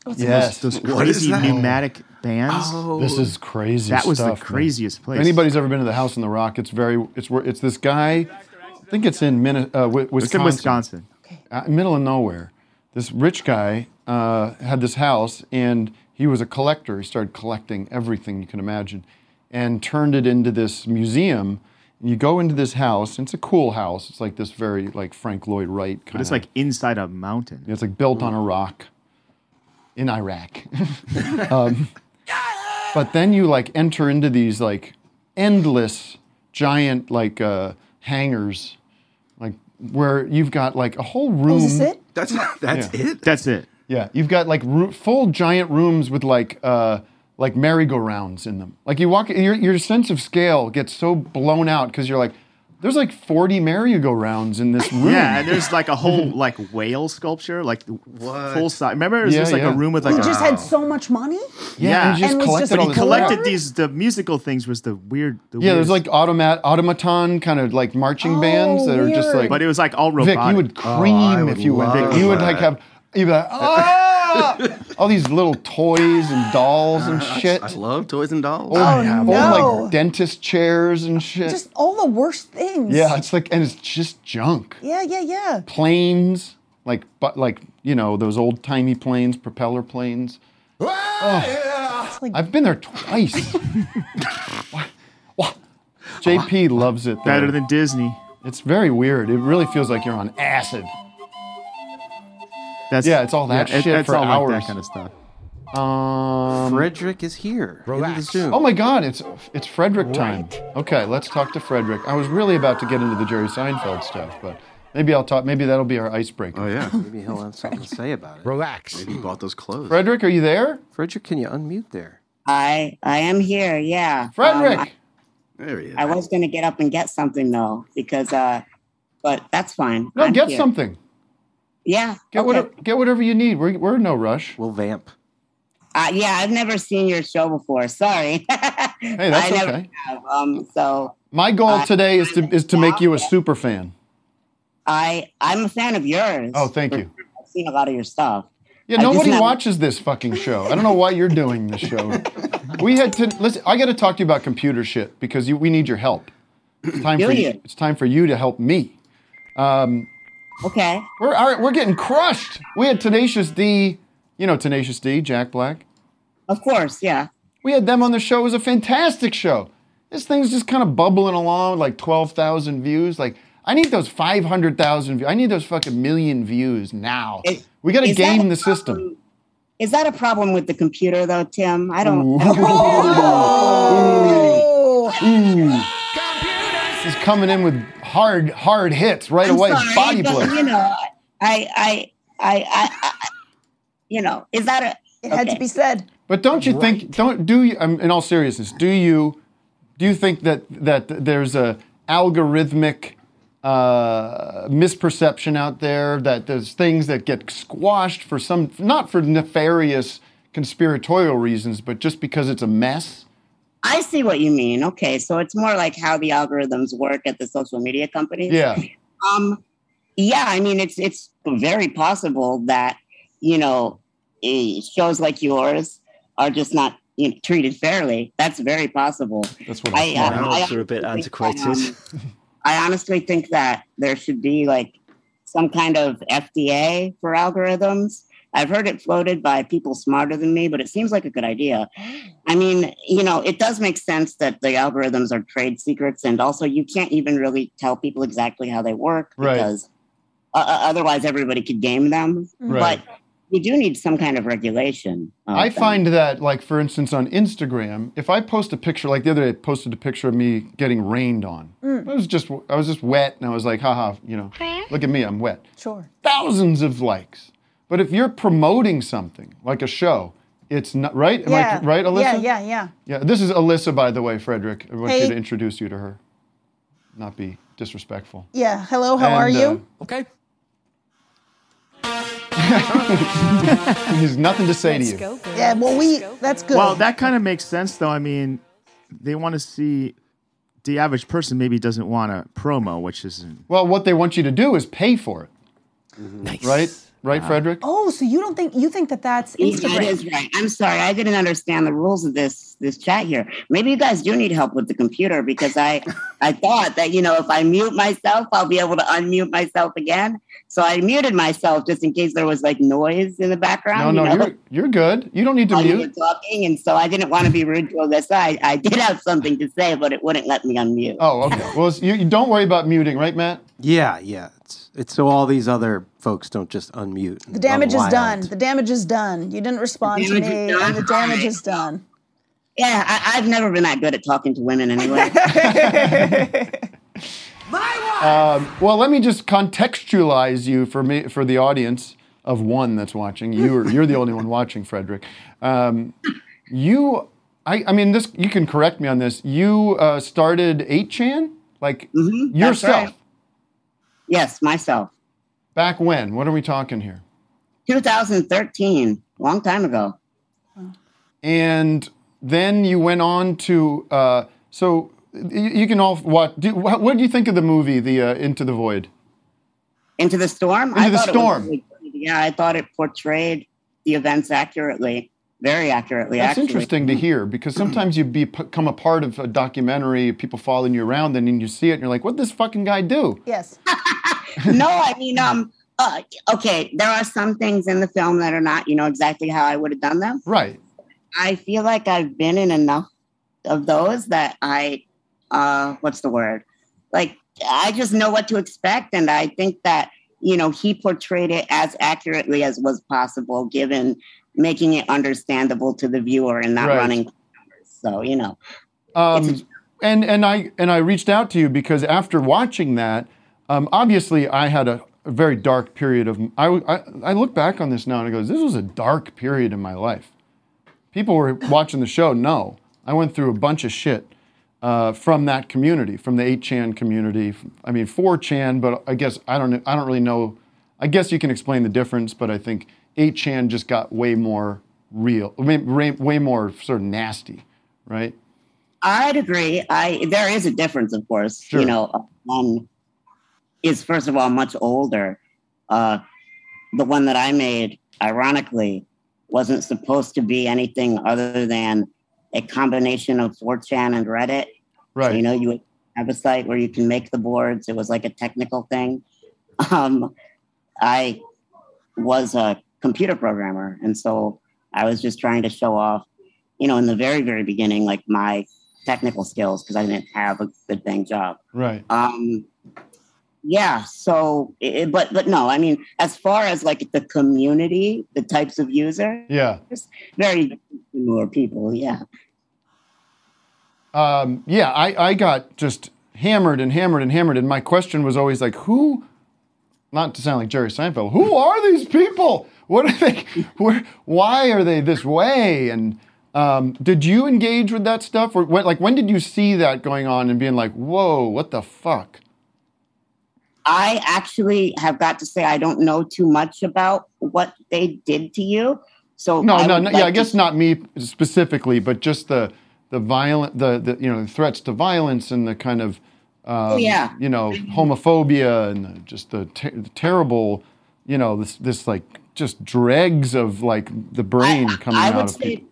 S14: Those-
S3: Yes.
S14: those,
S3: What is
S14: crazy
S3: that? Oh.
S14: pneumatic bands.
S6: Oh.
S3: This is crazy.
S14: That was
S3: stuff,
S14: the
S3: man.
S14: craziest place.
S3: If anybody's ever been to the House on the Rock, it's very it's where it's this guy. I think it's in Min, uh, Wi- Wisconsin.
S14: It's in Wisconsin.
S3: Uh, middle of nowhere. This rich guy uh, had this house, and he was a collector. He started collecting everything you can imagine, and turned it into this museum. And you go into this house, and it's a cool house. It's like this very like Frank Lloyd Wright kind.
S14: But it's like inside a mountain.
S3: It's like built on a rock in Iraq. um, but then you like enter into these like endless giant like uh, hangars, like where you've got like a whole
S2: Oh,
S3: room.
S6: That's not. That's
S3: Yeah.
S6: it.
S14: That's it.
S3: Yeah, you've got like ru- full giant rooms with like uh, like merry-go-rounds in them. Like you walk, your your sense of scale gets so blown out because you're like, there's like 40 merry-go-rounds in this room.
S14: Yeah, and there's like a whole like whale sculpture, like full size. Remember, it was
S3: Yeah,
S14: just like
S3: yeah.
S14: a room with
S2: He
S14: like a.
S2: just had so much money.
S14: yeah,
S3: and he just And was collected just
S14: but
S3: all
S14: he
S3: this
S14: collected
S3: crap.
S14: these. The musical things was the weird. The
S3: yeah, there's
S14: weirdest-
S3: like automat automaton kind of like marching bands that are just like.
S14: But it was like all robotic. Oh,
S3: Vic, you would cream if you went. Vic, you would like have you'd be like, ah! all these little toys and dolls and shit.
S6: I love toys and dolls.
S3: Old, old, like dentist chairs and shit.
S2: Just all the worst things.
S3: yeah, it's like and it's just junk.
S2: Yeah, yeah, yeah.
S3: Planes, like but like you know those old timey planes, propeller planes. Oh, I've been there twice. Wha- wha- JP loves it. There.
S14: Better than Disney.
S3: It's very weird. It really feels like you're on acid. yeah, it's all that
S14: yeah, it-
S3: shit
S14: it's
S3: for
S14: all
S3: hours.
S14: Like that kind of stuff.
S3: Um,
S9: Frederick is here. Relax.
S3: Oh my God, it's it's Frederick time. Okay, let's talk to Frederick. I was really about to get into the Jerry Seinfeld stuff, but maybe I'll talk. Maybe that'll be our icebreaker. Oh
S6: yeah. Maybe he'll have something to say about it.
S9: Relax.
S6: Maybe he bought those clothes.
S3: Frederick, are you there?
S9: Frederick, can you unmute there?
S16: I I am here. Yeah,
S3: Frederick.
S16: Um,
S6: there he is.
S16: I, I was gonna get up and get something though, because uh, but that's fine.
S3: No,
S16: I'm
S3: get
S16: here.
S3: something.
S16: Yeah.
S3: Get
S16: okay.
S3: whatever. Get whatever you need. We're we're in no rush.
S9: We'll vamp.
S16: Uh, yeah, I've never seen your show before. Sorry.
S3: Hey, that's
S16: I never
S3: okay.
S16: have. Um, so
S3: My goal today is to is to make you a super fan.
S16: I I'm a fan of yours.
S3: Oh, thank you.
S16: I've seen a lot of your stuff.
S3: Yeah,
S16: I just
S3: nobody
S16: not-
S3: watches this fucking show. I don't know why you're doing this show. We had to listen. I got to talk to you about computer shit because you, we need your help. It's time for
S16: Do
S3: you.
S16: you?
S3: It's time for you to help me. Um,
S16: okay.
S3: We're all right. We're getting crushed. We had Tenacious D. You know Tenacious D, Jack Black.
S16: Of course, yeah.
S3: We had them on the show. It was a fantastic show. This thing's just kind of bubbling along, like twelve thousand views. Like I need those five hundred thousand views. I need those fucking million views now. we got to
S16: is that
S3: game
S16: a
S3: the system.
S16: Is that a problem with the computer though, Tim? I don't.
S3: Ooh. He's coming in with hard, hard hits right
S16: I'm
S3: away.
S16: sorry,
S3: Body
S16: but,
S3: blows.
S16: You know, I, I, I, I, I, you know, is that a? It
S2: had to be said.
S3: But don't you think? Don't do you? I'm, in all seriousness, do you? Do you think that that there's a algorithmic uh, misperception out there that there's things that get squashed for some, not for nefarious conspiratorial reasons, but just because it's a mess?
S16: I see what you mean. Okay, so it's more like how the algorithms work at the social media companies.
S3: Yeah.
S16: Um, yeah, I mean, it's it's very possible that you know eh, shows like yours are just not you know, treated fairly. That's very possible.
S3: That's
S16: what I, um, I
S17: are a bit
S16: honestly
S17: antiquated.
S16: think that, um, I honestly think that there should be like some kind of FDA for algorithms. I've heard it floated by people smarter than me, but it seems like a good idea. I mean, you know, it does make sense that the algorithms are trade secrets, and also you can't even really tell people exactly how they work
S3: Right.
S16: because uh, uh, otherwise everybody could game them.
S3: Right.
S16: But we do need some kind of regulation. uh, of
S3: I
S16: them.
S3: find that, like for instance, on Instagram, if I post a picture, like the other day, I posted a picture of me getting rained on. I was just, I was just wet, and I was like, haha, you know, look at me, I'm wet.
S2: Sure.
S3: Thousands of likes. But if you're promoting something like a show, it's not right. Am I
S2: yeah.
S3: c- right, Alyssa?
S2: Yeah, yeah, yeah.
S3: Yeah, this is Alyssa, by the way, Frederick. I want
S2: Hey.
S3: you to introduce you to her. Not be disrespectful.
S2: Yeah. Hello, how
S3: And,
S2: are you?
S3: uh, There's nothing to say to you.
S2: Yeah, well, we, that's good.
S14: Well, that kind of makes sense, though. I mean, they want to see the average person maybe doesn't want a promo, which isn't.
S3: Well, what they want you to do is pay for it. Right? Right,
S14: Uh-huh.
S3: Frederick?
S2: Oh, so you don't think, you think that that's Instagram?
S16: That is right. I'm sorry, I didn't understand the rules of this this chat here. Maybe you guys do need help with the computer because I I thought that you know if I mute myself, I'll be able to unmute myself again. So I muted myself just in case there was like noise in the
S3: No,
S16: background.
S3: no,
S16: you know?
S3: you're, you're good. You don't need to
S16: While you
S3: mute.
S16: were talking, and so I didn't want to be rude to Alyssa. I, I did have something to say, but it wouldn't let me unmute.
S3: Oh, okay. Well, it's- you, you don't worry about muting, right, Matt?
S9: Yeah, yeah. It's, it's so all these other folks don't just unmute. and
S2: The damage
S9: run wild.
S2: is done. The damage is done. You didn't respond to
S16: damage
S2: me,
S16: is
S2: and
S16: done?
S2: the damage is done.
S16: Yeah, I, I've never been that good at talking to women anyway.
S3: Um, well, let me just contextualize you for me for the audience of one that's watching. You're you're the only one watching, Frederick. Um, you, I, I mean, this you can correct me on this. You uh, started 8chan like
S16: Mm-hmm. that's
S3: yourself.
S16: right. Yes, myself.
S3: Back when? What are we talking here?
S16: 2013, long time ago.
S3: And then you went on to uh, so you, you can all watch. Do, what, what do you think of the movie, the uh, Into the Void?
S16: Into the storm.
S3: Into the
S16: thought it was
S3: storm.
S16: really good. yeah, I thought it portrayed the events accurately, very accurately.
S3: That's
S16: actually.
S3: interesting to hear because sometimes you be, become a part of a documentary, people following you around, and then you see it, and you're like, "What did this fucking guy do?"
S2: Yes.
S16: no, I mean, um, uh, okay, there are some things in the film that are not, you know, exactly how I would have done them.
S3: Right.
S16: I feel like I've been in enough of those that I, uh, what's the word? Like, I just know what to expect. And I think that, you know, he portrayed it as accurately as was possible, given making it understandable to the viewer and not
S3: Right.
S16: running. numbers. So, you know,
S3: Um, and and I and I reached out to you because after watching that, um, obviously I had a, a very dark period of. I, I I look back on this now and I go, "This was a dark period in my life." People were watching the show. No, I went through a bunch of shit uh, from that community, from the 8chan community. I mean, 4chan, but I guess I don't. I don't really know. I guess you can explain the difference, but I think 8chan just got way more real, way, way, way more sort of nasty, right?
S16: I'd agree. I there is a difference, of course.
S3: Sure.
S16: You know, one is first of all much older. Uh, the one that I made, ironically, wasn't supposed to be anything other than a combination of 4chan and Reddit.
S3: Right.
S16: you know, you would have a site where you can make the boards. It was like a technical thing. Um, I was a computer programmer, and so I was just trying to show off, you know, in the very very beginning, like my technical skills because I didn't have a good dang job.
S3: Right.
S16: Um, yeah. So, it, it- but but no, I mean, as far as like the community, the types of users,
S3: Yeah.
S16: very similar people. Yeah.
S3: Um, yeah, I, I got just hammered and hammered and hammered. And my question was always like, who, not to sound like Jerry Seinfeld, who are these people? What are they, where, why are they this way? And um, did you engage with that stuff? Or when, like, when did you see that going on and being like, whoa, what the fuck?
S16: I actually have got to say I don't know too much about what they did to you. So
S3: No,
S16: I
S3: no,
S16: would
S3: no
S16: like
S3: yeah, I
S16: to-
S3: guess not me specifically, but just the, the violent, the, the, you know, the threats to violence and the kind of, um,
S16: Oh, yeah.
S3: you know, homophobia and the, just the, ter- the terrible, you know, this this like just dregs of like the brain coming
S16: I
S3: out
S16: would
S3: of
S16: say
S3: people.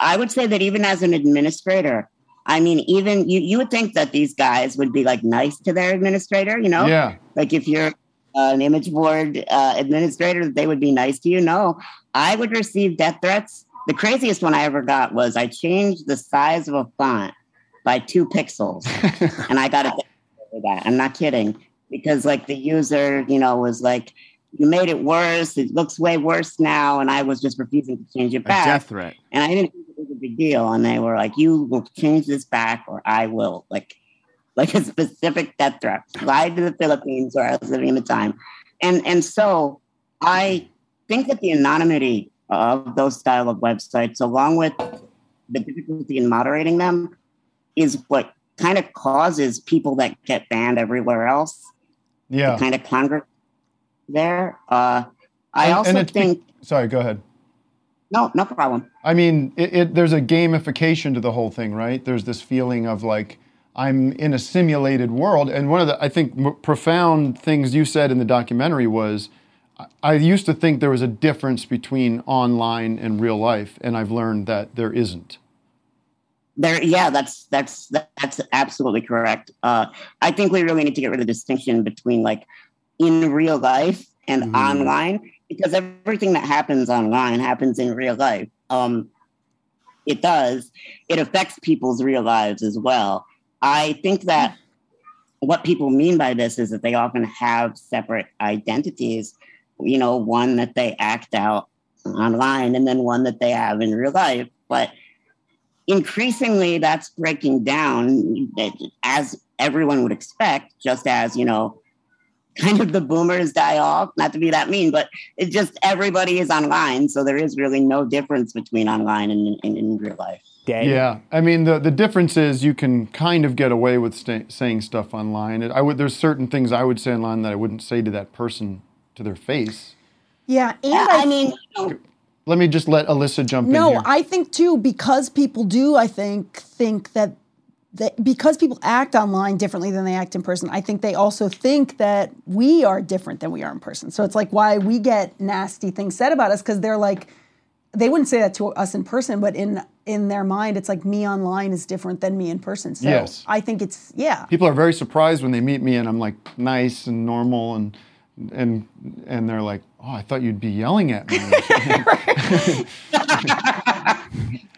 S16: I would say that even as an administrator, I mean, even you you would think that these guys would be like nice to their administrator, you know?
S3: Yeah.
S16: Like if you're uh, an image board uh, administrator, that they would be nice to you. No, I would receive death threats. The craziest one I ever got was I changed the size of a font by two pixels, and I got a death threat for that. I'm not kidding because like the user, you know, was like. You made it worse. It looks way worse now, and I was just refusing to change it
S14: A
S16: back.
S14: death threat.
S16: And I didn't think it was a big deal. And they were like, "You will change this back, or I will." Like, like a specific death threat. Fly to the Philippines, where I was living at the time, and and so I think that the anonymity of those style of websites, along with the difficulty in moderating them, is what kind of causes people that get banned everywhere else
S3: Yeah.
S16: to kind of congregate there. Uh, I
S3: Um, And-
S16: also
S3: and it's be-
S16: think
S3: Sorry, go ahead.
S16: no, no problem.
S3: I mean, it, it, there's a gamification to the whole thing, right? There's this feeling of like, I'm in a simulated world. And one of the, I think, m- profound things you said in the documentary was, I- I used to think there was a difference between online and real life, and I've learned that there isn't.
S16: There, yeah, that's that's that's absolutely correct. Uh, I think we really need to get rid of the distinction between like in real life and online because everything that happens online happens in real life. Um, it does. It affects people's real lives as well. I think that what people mean by this is that they often have separate identities. You know, one that they act out online, and then one that they have in real life. But increasingly that's breaking down that- as everyone would expect just as you know kind of the boomers die off not to be that mean but it just everybody is online so there is really no difference between online and, and in real life
S3: Yeah, I mean the the difference is you can kind of get away with sta saying stuff online. It- I would there's certain things I would say online that I wouldn't say to that person to their face.
S2: Yeah, and I, mean,
S3: Let me just let Alyssa jump in
S2: no,
S3: here.
S2: I think too because people do. I think think that that because people act online differently than they act in person. I think they also think that we are different than we are in person. So it's like why we get nasty things said about us because they're like they wouldn't say that to us in person, but in in their mind, it's like me online is different than me in person. So
S3: Yes.
S2: I think it's yeah.
S3: People are very surprised when they meet me and I'm like nice and normal and and and they're like, "Oh, I thought you'd be yelling at me."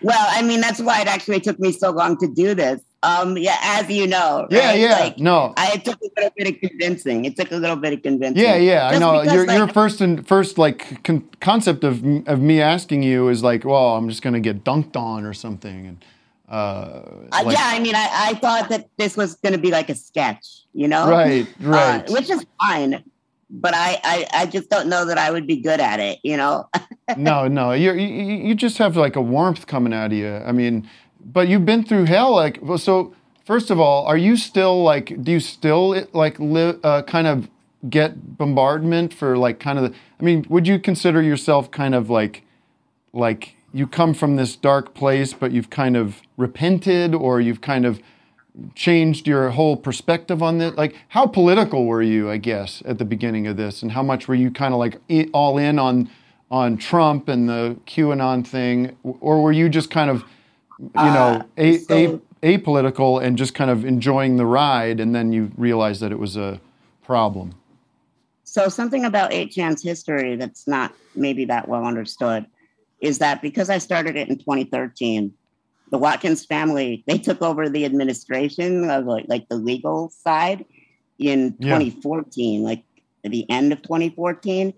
S16: well i mean that's why it actually took me so long to do this um yeah as you know
S3: Yeah,
S16: right?
S3: yeah,
S16: Like,
S3: no.
S16: i it took a little bit of convincing it took a little bit of convincing
S3: Yeah, yeah, I
S16: Just
S3: know.
S16: because,
S3: Your
S16: like,
S3: your first and first like con- concept of m- of me asking you is like, "Well, I'm just gonna get dunked on or something." And uh,
S16: Uh,
S3: like-
S16: yeah, I mean, I, I thought that this was going to be like a sketch, you know?
S3: Right,
S16: Uh,
S3: right.
S16: which is fine, but I, I, I just don't know that I would be good at it, you know?
S3: no, no. You're, you you you just have like a warmth coming out of you. I mean, but you've been through hell. Like, well, so first of all, are you still like? Do you still like live? Uh, kind of get bombardment for like kind of. The, I mean, would you consider yourself kind of like, like you come from this dark place, but you've kind of repented, or you've kind of changed your whole perspective on this? Like, how political were you, I guess, at the beginning of this, and how much were you kind of like i- all in on on Trump and the QAnon thing, or were you just kind of, you know, a, a, apolitical and just kind of enjoying the ride, and then you realized that it was a problem?
S16: So, something about 8chan's history that's not maybe that well understood is that because I started it in 2013, the Watkins family, they took over the administration of like, like the legal side in
S17: Yeah.
S16: 2014, like at the end of 2014.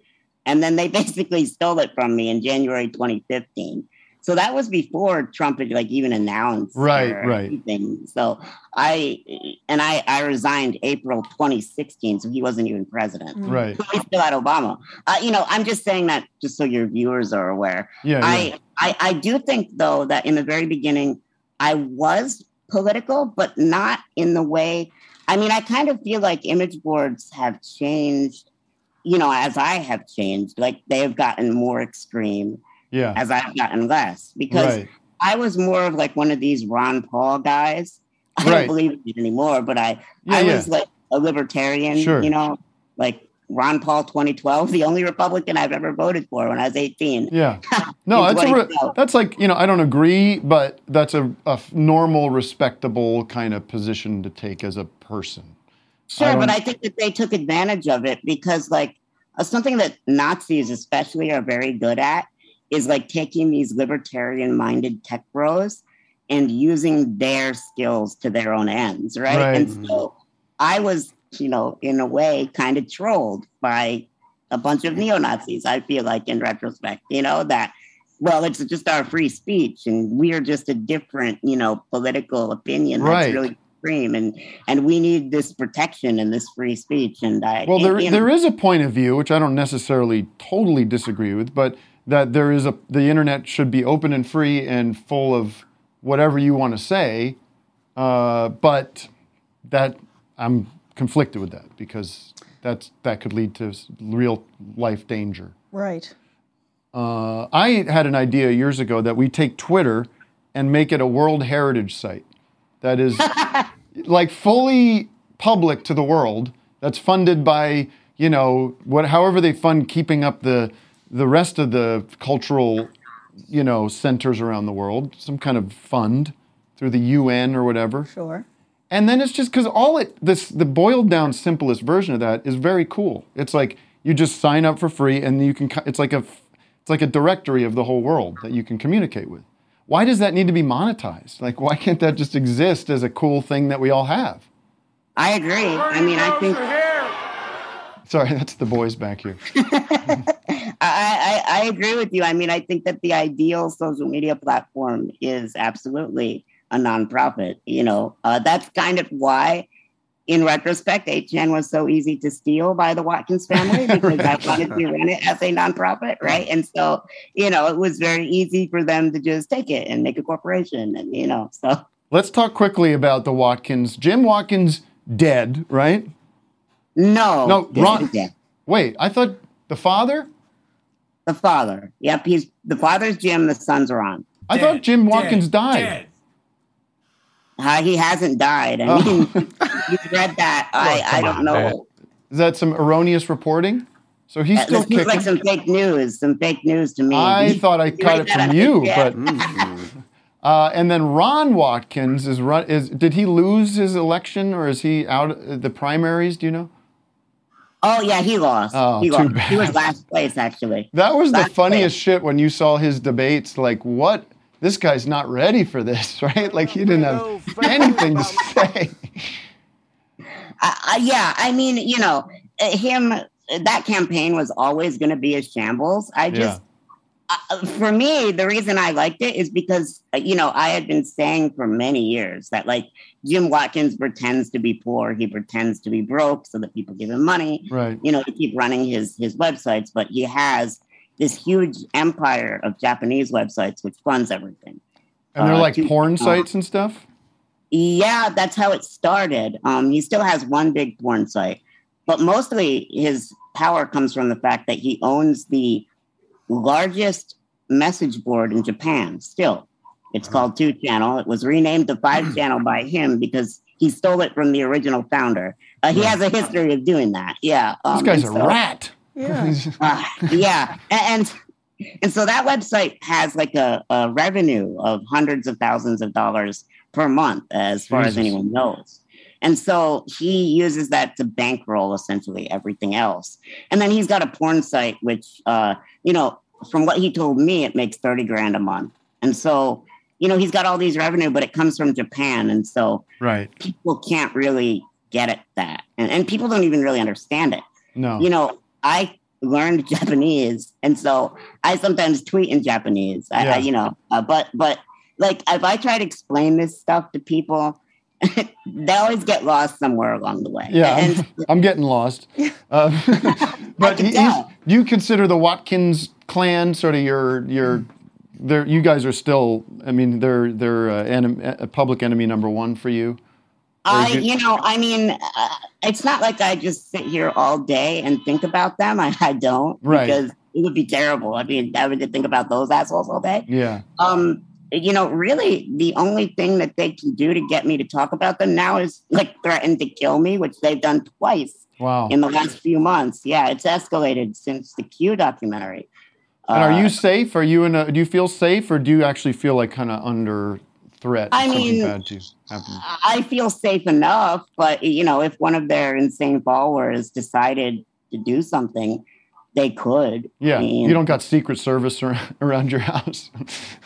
S16: And then they basically stole it from me in January 2015. So that was before Trump had like even announced
S3: Right,
S16: or
S3: right.
S16: anything. So I and I I resigned April 2016, so he wasn't even president.
S3: Right.
S16: He's still at Obama. Uh, you know, I'm just saying that just so your viewers are aware.
S3: Yeah,
S16: I,
S3: yeah.
S16: I I do think though that in the very beginning I was political, but not in the way. I mean, I kind of feel like image boards have changed. You know, as I have changed, like they have gotten more extreme
S3: Yeah.
S16: as I've gotten less because
S3: Right.
S16: I was more of like one of these Ron Paul guys. I
S3: Right.
S16: don't believe it anymore, but I
S3: Yeah,
S16: I
S3: yeah.
S16: was like a libertarian,
S3: Sure.
S16: you know, like Ron Paul 2012, the only Republican I've ever voted for when I was 18.
S3: Yeah. No,
S16: It's
S3: that's a
S16: what
S3: re-
S16: he felt.
S3: that's like you know I don't agree, but that's a, a f- normal, respectable kind of position to take as a person.
S16: Sure,
S3: don't-
S16: but I think that they took advantage of it because, like, uh, something that Nazis especially are very good at is like taking these libertarian minded tech bros and using their skills to their own ends, right?
S17: Right.
S16: And so I was, you know, in a way kind of trolled by a bunch of neo Nazis, I feel like, in retrospect, you know, that, well, it's just our free speech and we're just a different, you know, political opinion.
S3: Right.
S16: That's really mainstream, and and we need this protection and this free speech. And I
S3: Well,
S16: can't
S3: there,
S16: be in-
S3: there is a point of view, which I don't necessarily totally disagree with, but that there is a the internet should be open and free and full of whatever you want to say. Uh, but that I'm conflicted with that because that's that could lead to s- real life danger.
S2: Right.
S3: Uh, I had an idea years ago that we take Twitter and make it a World Heritage Site that is like fully public to the world. That's funded by you know what, however they fund keeping up the the rest of the cultural you know centers around the world, some kind of fund through the UN or whatever.
S2: Sure.
S3: And then it's just because all it this the boiled down simplest version of that is very cool. It's like you just sign up for free and you can. co- It's like a f- it's like a directory of the whole world that you can communicate with. Why does that need to be monetized? Like why can't that just exist as a cool thing that we all have?
S16: I agree. I mean, I think
S3: Sorry, that's the boys back here.
S16: I, I, I agree with you. I mean, I think that the ideal social media platform is absolutely a nonprofit. You know, uh, that's kind of why, in retrospect, HN was so easy to steal by the Watkins family because I wanted to run it as a nonprofit, right? And so, you know, it was very easy for them to just take it and make a corporation, and you know, so.
S3: Let's talk quickly about the Watkins. Jim Watkins dead, right?
S16: No.
S3: No,
S16: Yes,
S3: Ron.
S16: he's dead.
S3: Wait, I thought the father.
S16: The father. Yep, he's the father's Jim. The sons are on.
S3: I thought Jim Watkins died.
S16: Uh, he hasn't died.
S3: Oh.
S16: I mean, you read that. I, I don't know.
S3: Is that some erroneous reporting? So he's
S16: Uh,
S3: still
S16: this looks
S3: kicking.
S16: like some fake news. Some fake news to me.
S3: I thought I
S16: You
S3: caught
S16: read
S3: it
S16: that?
S3: from you,
S16: Yeah.
S3: but uh, and then Ron Watkins is run. Is did he lose his election or is he out uh, the primaries? Do you know?
S16: Oh yeah, he lost.
S3: Oh,
S16: he
S3: too
S16: lost.
S3: bad.
S16: He was last place actually.
S3: That was the
S16: Last
S3: funniest shit when you saw his debates. Like, what? This guy's not ready for this, right? Like he didn't have anything to say.
S16: Uh, uh, yeah, I mean, you know, uh, him. uh, That campaign was always going to be a shambles. I just, uh, for me, the reason I liked it is because uh, you know I had been saying for many years that like Jim Watkins pretends to be poor, he pretends to be broke so that people give him money.
S3: Right.
S16: you know, to keep running his his websites, but he has this huge empire of Japanese websites which funds everything.
S3: And they're
S16: Uh,
S3: like
S16: to-
S3: porn
S16: uh,
S3: sites and stuff.
S16: yeah, that's how it started. Um, he still has one big porn site, but mostly his power comes from the fact that he owns the largest message board in Japan still. It's called Two Channel. It was renamed to Five Channel by him because he stole it from the original founder. Uh, he has a history of doing that. Yeah.
S3: This
S16: um,
S3: guy's a
S16: and so-
S3: rat.
S2: Yeah.
S16: uh, yeah, A- and, and so that website has like a, a revenue of hundreds of thousands of dollars per month, as far as
S17: Jesus.
S16: anyone knows. And so he uses that to bankroll essentially everything else. And then he's got a porn site, which uh, you know, from what he told me, it makes thirty grand a month. And so you know, he's got all these revenue, but it comes from Japan, and so
S3: Right.
S16: people can't really get at that, and, and people don't even really understand it
S3: No.
S16: you know, I learned Japanese, and so I sometimes tweet in Japanese. I,
S3: Yeah.
S16: I you know, uh, but but like if I try to explain this stuff to people, they always get lost somewhere along the way.
S3: Yeah,
S16: and
S3: I'm, I'm getting lost. Uh, but he, he's, do you consider the Watkins clan sort of your your they're, you guys are still I mean they're they're uh, enem- uh, public enemy number one for you. Or
S16: I,
S3: is it-
S16: you know, I mean, uh, it's not like I just sit here all day and think about them. I, I don't
S3: Right.
S16: because it would be terrible. I mean, I would think about those assholes all day.
S3: yeah.
S16: um you know really the only thing that they can do to get me to talk about them now is like threaten to kill me which they've done twice
S3: Wow.
S16: in the last few months yeah it's escalated since the q documentary
S3: and are
S16: uh,
S3: you safe? Are you in a? Do you feel safe, or do you actually feel like kind of under threat?
S16: I
S3: of something
S16: mean,
S3: bad to happen?
S16: i feel safe enough but you know if one of their insane followers decided to do something they could
S3: Yeah,
S16: I mean,
S3: you don't got Secret Service around, around your house.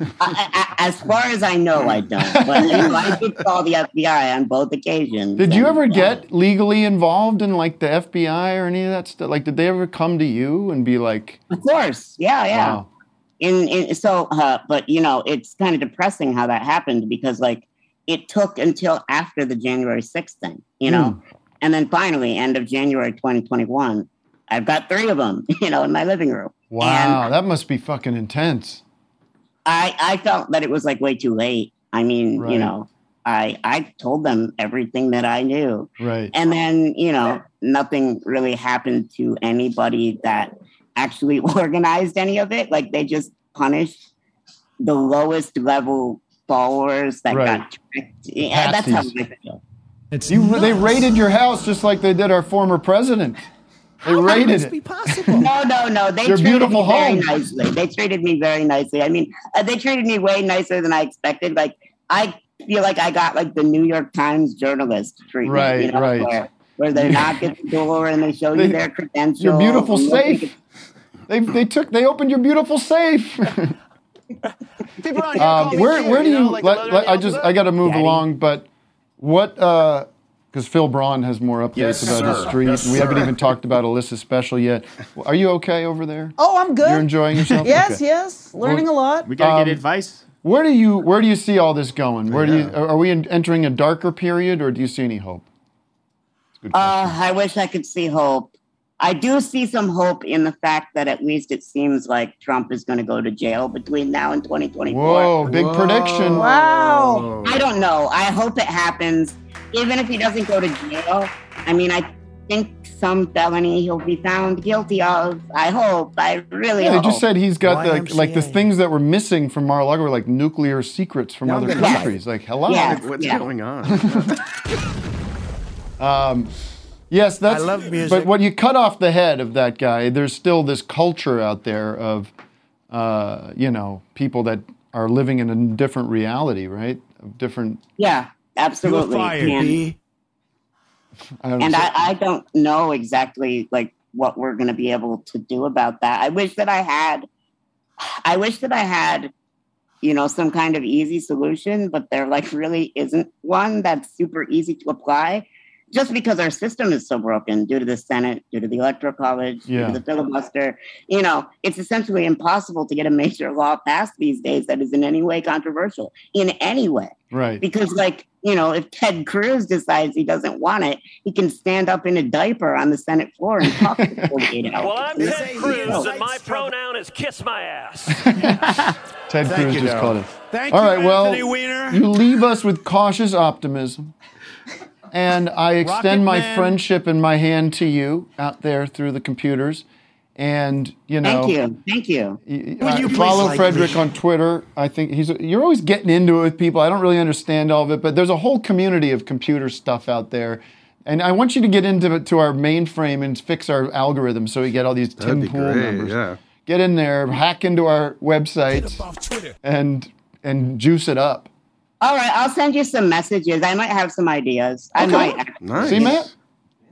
S16: I- I- as far as i know i don't but you know, i did call the fbi on both occasions
S3: Did you
S16: and-
S3: ever get legally involved in like the FBI or any of that stuff? Like, did they ever come to you and be like,
S16: Of course. Yeah, yeah.
S3: Wow.
S16: In, in so uh, but you know, it's kind of depressing how that happened because like it took until after the January 6th thing, you
S3: Hmm.
S16: know? And then finally, end of January 2021, I've got three of them, you know, in my living room.
S3: Wow, that must be fucking intense.
S16: I, I felt that it was like way too late. I mean,
S3: Right.
S16: you know, I I told them everything that I knew.
S3: Right.
S16: And then, you know, nothing really happened to anybody that actually organized any of it. Like they just punished the lowest level followers that got tricked. Yeah, that's how
S3: Patsies.
S16: I feel.
S3: It's you, they raided your house just like they did our former president. They raided it.
S16: No, no, no. They
S3: Your
S16: treated
S3: beautiful
S16: me very
S3: home.
S16: nicely. They treated me very nicely. I mean, uh, they treated me way nicer than I expected. Like I feel like I got like the New York Times journalist treatment.
S3: Right,
S16: you know,
S3: right.
S16: Where, where they knock at the door and they show
S3: They-
S16: you their credentials.
S3: Your beautiful
S16: and they-
S3: safe. They, they took they opened your beautiful safe. um, where where do you? let- let- I just I got to move along, but what? Because Phil Braun has more updates
S17: Yes,
S3: about his
S17: sir.
S3: street.
S17: Yes,
S3: we haven't
S17: sir.
S3: even talked about Alyssa's special yet. Are you okay over there?
S2: Oh, I'm good.
S3: You're enjoying yourself?
S2: yes,
S3: Okay.
S2: yes. Learning a lot.
S3: Um, Where do you where do you see all this going? Where do you are are we in, entering a darker period, or do you see any hope?
S16: Uh, I wish I could see hope. I do see some hope in the fact that at least it seems like Trump is going to go to jail between now and 2024.
S3: Whoa, big Whoa. prediction. Wow.
S16: I don't know. I hope it happens. Even if he doesn't go to jail, I mean, I think some felony he'll be found guilty of. I hope. I really
S3: Yeah, they
S16: hope.
S3: just said he's got the, like the things that were missing from Mar-a-Lago were like nuclear secrets from
S16: Now I'm
S3: other
S16: gonna-
S3: countries. Like, hello,
S16: Yeah, What's yeah.
S6: going on?
S3: um, yes, that's.
S17: I love
S3: But
S17: music.
S3: when you cut off the head of that guy, there's still this culture out there of, uh, you know, people that are living in a different reality, right? Of different.
S16: Yeah, absolutely. And-
S3: I don't
S16: and
S3: know.
S16: I, I don't know exactly like what we're going to be able to do about that i wish that i had i wish that i had you know some kind of easy solution but there like really isn't one that's super easy to apply just because our system is so broken due to the senate due to the electoral college
S18: Yeah.
S16: due to the filibuster you know it's essentially impossible to get a major law passed these days that is in any way controversial in any way
S3: right.
S16: because like you know if ted cruz decides he doesn't want it he can stand up in a diaper on the senate floor and talk to people you know
S19: Well, I'm Ted Cruz, and my pronoun is kiss my ass.
S3: Ted
S19: Thank
S3: Cruz
S19: you,
S3: just
S19: Daryl.
S3: called it.
S19: Thank
S3: All
S19: you,
S3: right, well,
S19: Anthony Weiner.
S3: you leave us with cautious optimism, and I extend my
S19: Man.
S3: friendship and my hand to you out there through the computers, and you know.
S16: thank you thank you
S3: uh, follow Frederick on Twitter. I think he's. You're always getting into it with people. I don't really understand all of it, but there's a whole community of computer stuff out there, and I want you to get into to our mainframe and fix our algorithm so we get all these
S6: That'd
S3: Tim
S6: be
S3: Pool
S6: great,
S3: numbers.
S6: yeah.
S3: Get in there, hack into our website, and and juice it up.
S16: all right i'll send you some messages i might have some ideas i
S3: Okay.
S16: might actually.
S3: See, Matt.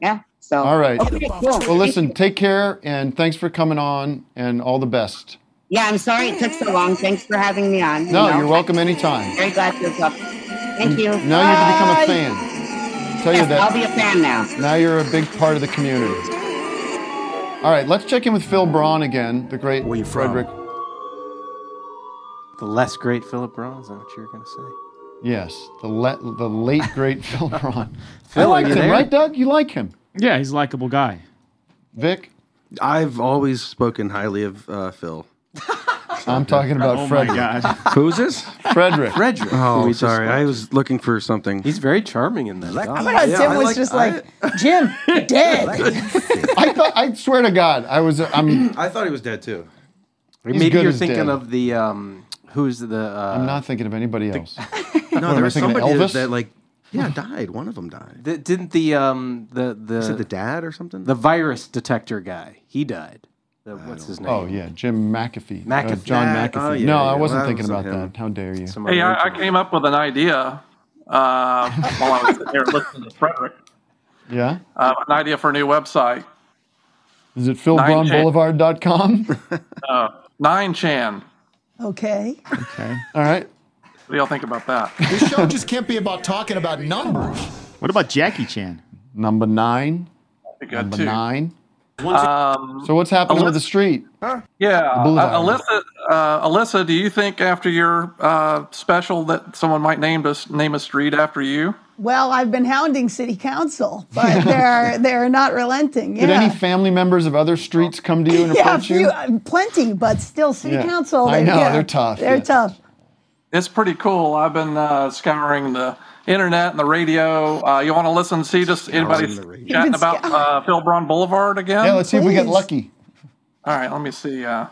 S16: yeah so
S3: All right.
S16: Okay, cool.
S3: Well, listen. Take care, and thanks for coming on, and all the best.
S16: yeah i'm sorry it took so long thanks for having me on you
S3: No,
S16: know.
S3: you're welcome anytime.
S16: very glad you're up thank you
S3: Now you can become a
S16: Bye.
S3: fan. Tell you
S16: Yes,
S3: that.
S16: I'll be a fan now.
S3: Now you're a big part of the community. All right, let's check in with Phil Braun again, the great Frederick.
S9: The less great Philip Braun, is that what you were going to say?
S3: Yes, the le- the late great Phil Braun.
S9: Phil,
S3: I liked
S9: are
S3: him,
S9: you there?
S3: right, Doug? You like him?
S6: Yeah, he's a likable guy.
S3: Vic?
S6: I've always spoken highly of uh, Phil.
S3: I'm talking about
S6: Oh my
S3: Frederick.
S6: God. Who's this?
S3: Frederick.
S9: Frederick. who
S6: Oh,
S9: we just
S6: sorry.
S9: spoke
S6: I was looking for something. He's
S9: very charming in that.
S6: Ah, I
S2: I thought Tim was just like, Jim, you're dead.
S3: I thought. I swear to God, I was. I'm.
S6: I thought he was dead too.
S3: He's
S9: Maybe
S3: good
S9: you're
S3: as
S9: thinking
S3: dead.
S9: of the um, who's the uh,
S3: I'm not thinking of anybody else. What,
S6: No,
S3: am I
S6: there was
S3: thinking of
S6: somebody
S3: Elvis?
S6: that like yeah died. One of them died.
S9: the, didn't the um the the
S6: Is it the dad or something?
S9: the virus detector guy he died. The, what's his name?
S3: Oh yeah, Jim McAfee. Uh,
S9: McAfee.
S3: John
S9: Nah,
S3: McAfee.
S9: oh, yeah,
S3: no,
S9: yeah,
S3: I
S9: well,
S3: wasn't
S9: that
S3: thinking
S9: wasn't
S3: about that. How dare you?
S8: Hey, I, I came up with an idea uh, while I was sitting here listening to Frederick.
S3: yeah.
S8: Uh, an idea for a new website.
S3: Is it
S8: Nine chan-
S3: philbraunboulevard.com?
S8: Uh, Nine Chan.
S2: Okay.
S3: okay. All right.
S8: What do y'all think about that?
S17: This show just can't be about talking about numbers.
S3: What about Jackie Chan? Number nine.
S8: That'd be good
S3: Number
S8: too.
S3: nine.
S8: Um,
S3: So what's happening with the street?
S8: yeah,
S3: The boulevard.
S8: uh, Alyssa. uh, Alyssa, do you think after your uh, special that someone might name us name a street after you?
S2: Well, I've been hounding city council, but they're they're not relenting. Yeah.
S3: Did any family members of other streets come to you and
S2: yeah, a
S3: approach you?
S2: few, uh, plenty, but still, city
S3: Yeah.
S2: council.
S3: I know,
S2: yeah,
S3: they're tough,
S2: They're
S3: yeah.
S2: tough.
S8: It's pretty cool. I've been uh, scouring the internet and the radio. Uh, you want to listen, see just anybody chatting about uh, Phil Brown Boulevard again?
S3: yeah, let's see if we get lucky.
S8: All right, let me see. Uh,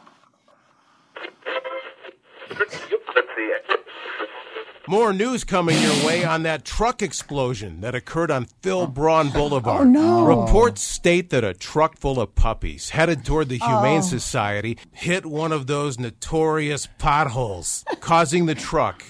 S10: More news coming your way on that truck explosion that occurred on Phil Braun Boulevard.
S20: Oh, no.
S10: Reports state that a truck full of puppies headed toward the Humane
S20: Oh.
S10: Society hit one of those notorious potholes, causing the truck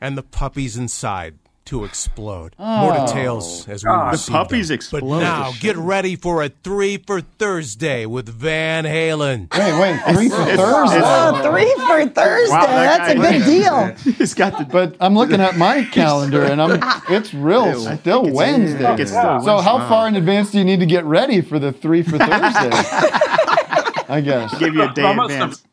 S10: and the puppies inside to explode. More
S14: Oh.
S10: details as we
S14: God. The
S10: receive
S14: puppies
S10: them.
S14: explode.
S10: But now, get ready for a three for Thursday with Van Halen.
S3: Wait, wait, three for
S10: It's-
S3: Thursday.
S10: it's-
S2: Oh, three for Thursday.
S10: that
S2: That's a
S10: guy-
S2: good deal.
S3: He's got the. But I'm looking at my calendar, and I'm it's real
S14: I
S3: still
S14: think it's-
S3: Wednesday.
S14: I think it's still
S3: so how
S14: Wednesday.
S3: far in advance do you need to get ready for the three for Thursday? I guess.
S14: Give you a day
S8: I
S14: in
S8: must have-
S14: advance.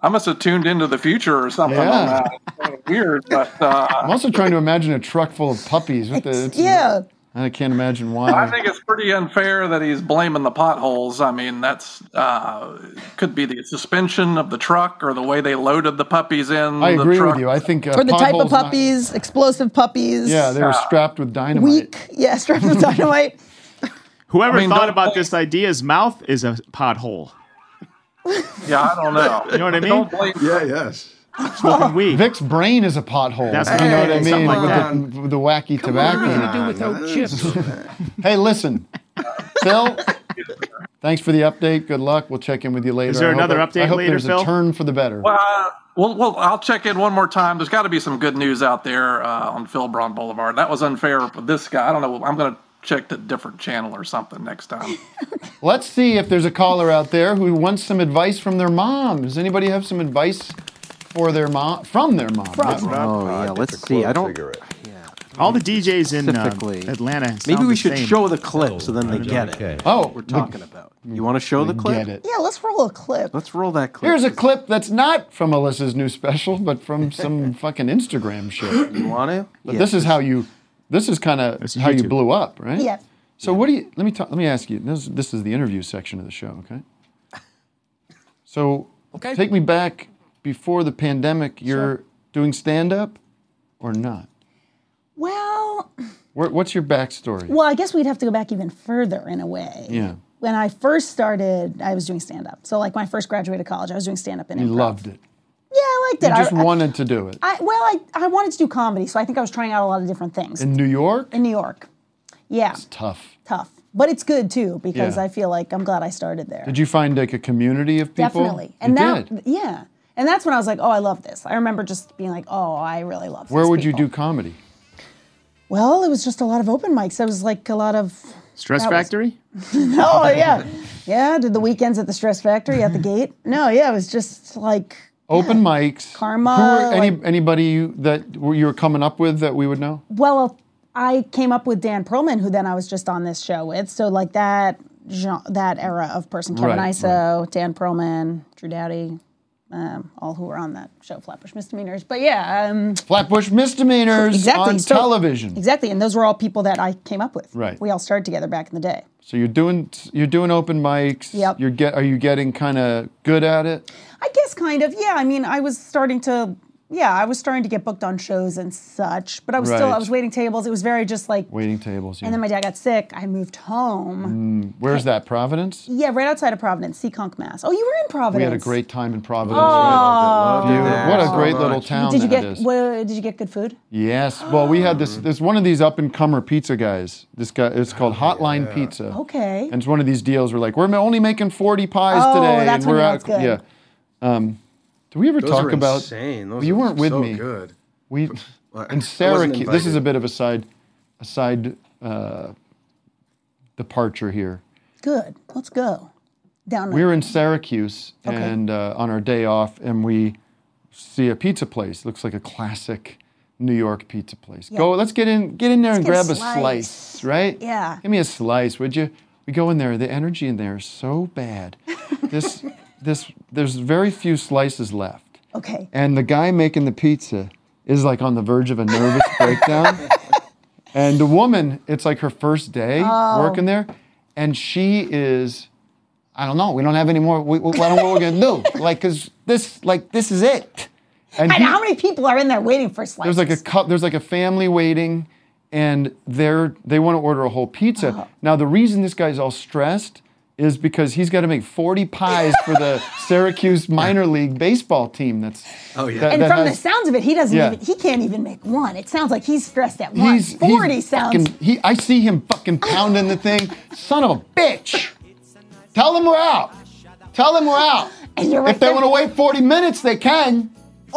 S8: I must have tuned into the future or something.
S3: Yeah.
S8: on that. It's kinda weird, but uh,
S3: I'm also trying to imagine a truck full of puppies. With the, it's-
S2: Yeah.
S3: I can't imagine
S8: I
S3: why.
S8: think it's pretty unfair that he's blaming the potholes. I mean, that's uh, could be the suspension of the truck or the way they loaded the puppies in.
S3: I
S8: the
S3: agree
S8: truck.
S3: with you. I think uh,
S2: or the type of
S3: potholes not-
S2: puppies, explosive puppies.
S3: yeah, they were strapped with dynamite.
S2: Ah. weak. Yeah, strapped with dynamite.
S14: Whoever
S2: I mean,
S14: thought
S2: don't
S14: about this idea's mouth is a pothole.
S8: Yeah, I don't know.
S14: You know what I mean?
S8: Don't blame
S6: yeah, yes.
S11: Oh.
S14: Smoking weed.
S3: Vic's brain is a pothole.
S14: That's
S3: you know what I
S14: right.
S3: mean?
S14: Something like
S3: with,
S14: that.
S3: the, with the wacky
S11: What are
S3: tobacco.
S11: we going to do without chips?
S3: Hey, listen, Phil. Thanks for the update. Good luck. We'll check in with you later.
S14: there
S3: I hope-
S14: another update
S3: I hope
S14: later,
S3: there's
S14: Phil?
S3: a turn for the better.
S8: Well, uh, well, well, I'll check in one more time. There's got to be some good news out there uh, on Phil Braun Boulevard. That was unfair with this guy. I don't know. I'm going to check the different channel or something next time.
S3: Let's see if there's a caller out there who wants some advice from their mom. Does anybody have some advice for their mom from their mom? That's-
S9: Oh yeah, let's see. I don't.
S14: All the DJs in uh,
S9: Specifically.
S14: Atlanta. sound
S9: Maybe
S14: the
S9: we should
S14: same.
S9: show the clip so then they get it.
S3: Oh,
S9: what we're talking about. You want to show the clip?
S2: Yeah, let's roll a clip.
S9: Let's roll that clip.
S3: Here's a clip that's not from Alyssa's new special, but from some fucking Instagram shit.
S9: You want to?
S3: But this is how you. This is kind of how you blew up, right?
S2: Yeah.
S3: So what do you? Let me talk, let me ask you. This, this is the interview section of the show, okay? So
S20: Okay.
S3: take me back before the pandemic. You're doing stand up or not?
S2: Well,
S3: Where, what's your backstory?
S2: well, I guess we'd have to go back even further in a way.
S3: Yeah,
S2: When I first started, I was doing stand up. So, like, when I first graduated college, I was doing stand up in
S3: you
S2: improv.
S3: loved it.
S2: Yeah, I liked it.
S3: Mm. You
S2: I-
S3: just
S2: I,
S3: wanted to do it
S2: I, well, I, I wanted to do comedy, so I think I was trying out a lot of different things.
S3: in New York.
S2: In New York. Yeah,
S3: Tough.
S2: tough. But it's good too because
S3: Yeah.
S2: I feel like I'm glad I started there.
S3: Did you find like a community of people?
S2: Definitely. And
S3: you
S2: now,
S3: did.
S2: yeah. And that's when I was like, oh, I love this. I remember just being like, oh, I really love
S3: Where
S2: these
S3: would
S2: people.
S3: you do comedy?
S2: Well, it was just a lot of open mics. It was like a lot of.
S14: Stress
S2: that was-
S14: Factory?
S2: oh, yeah. Yeah, did the weekends at the Stress Factory at the gate. No, yeah, it was just like
S3: Open mics.
S2: Karma,
S3: Who were any,
S2: like-
S3: anybody you, that were- you were coming up with that we would know?
S2: Well, I came up with Dan Perlman, who then I was just on this show with. So like that gen- that era of person, Kevin
S3: Right,
S2: Iso, Dan Perlman, Drew Dowdy, um, all who were on that show, Flatbush Misdemeanors. But yeah, um,
S3: Flatbush Misdemeanors
S2: exactly
S3: on
S2: so-
S3: television.
S2: Exactly, and those were all people that I came up with.
S3: Right.
S2: we all started together back in the day.
S3: So you're doing you're doing open mics.
S2: Yep.
S3: You're get are you getting kind of good at it?
S2: I guess kind of. Yeah, I mean, I was starting to. Yeah, I was starting to get booked on shows and such, but I was still I
S3: Right.
S2: was waiting tables. It was very just like.
S3: Waiting tables. Yeah.
S2: And then my dad got sick. I moved
S3: Mm,
S2: home.
S3: where's that Providence?
S2: Yeah, right outside of Providence, Seekonk, Mass. Oh, you were in Providence.
S3: We had a great time in Providence.
S2: Oh.
S3: Beautiful.
S2: Loved it
S3: what
S2: there
S3: a great
S2: so
S3: little
S2: much.
S3: town
S2: Did you
S3: that
S2: get
S3: is.
S2: what, did you get good food?
S3: Yes. Well, we had this.
S6: Ah.
S3: There's one of these up and comer pizza guys. This guy. It's called
S6: Oh,
S3: Hotline Pizza.
S2: Okay.
S3: And it's one of these deals where like we're only making 40 pies
S2: Oh,
S3: today. and
S2: that's when
S3: we're
S2: you know
S3: out.
S2: it's good.
S3: Yeah. Um, do we ever
S6: Those
S3: talk
S6: are
S3: about?
S6: insane. Those
S3: you
S6: are
S3: weren't with
S6: so
S3: me.
S6: good.
S3: We
S6: But- I
S3: in
S6: wasn't
S3: Syracuse. This is a
S6: invited.
S3: bit of a side, a side uh, departure here.
S2: Good. Let's go. Down
S3: We were in Syracuse
S2: Okay.
S3: and uh, on our day off, and we see a pizza place. Looks like a classic New York pizza place.
S2: Yeah.
S3: Go, let's get in, get in there
S2: Let's
S3: and
S2: get a
S3: grab a slice. right?
S2: Yeah.
S3: Give me a slice, would you? We go in there. The energy in there is so bad. This this there's very few slices left.
S2: Okay.
S3: And the guy making the pizza is like on the verge of a nervous breakdown. And the woman, it's like her first day
S1: Oh.
S3: working there, and she is, I don't know, we don't have any more. We, we, I don't know what we're gonna do. Like, cause this, like, this is it.
S2: And,
S3: he-
S2: how many people are in there waiting for slices?
S3: there's like a cou- there's like a family waiting, and they're they want to order a whole pizza.
S2: Uh-huh.
S3: Now the reason this guy's all stressed is because he's got to make 40 pies for the Syracuse minor league baseball team. That's oh
S2: and from the sounds of it, he doesn't
S3: Yeah.
S2: even he can't even make one. It sounds like he's stressed at one.
S3: He's,
S2: Forty
S3: he's
S2: sounds.
S3: Fucking, he, I see him fucking pounding the thing. Son of a bitch! Tell them we're out. Tell them we're out. if they want to wait 40 minutes, they can.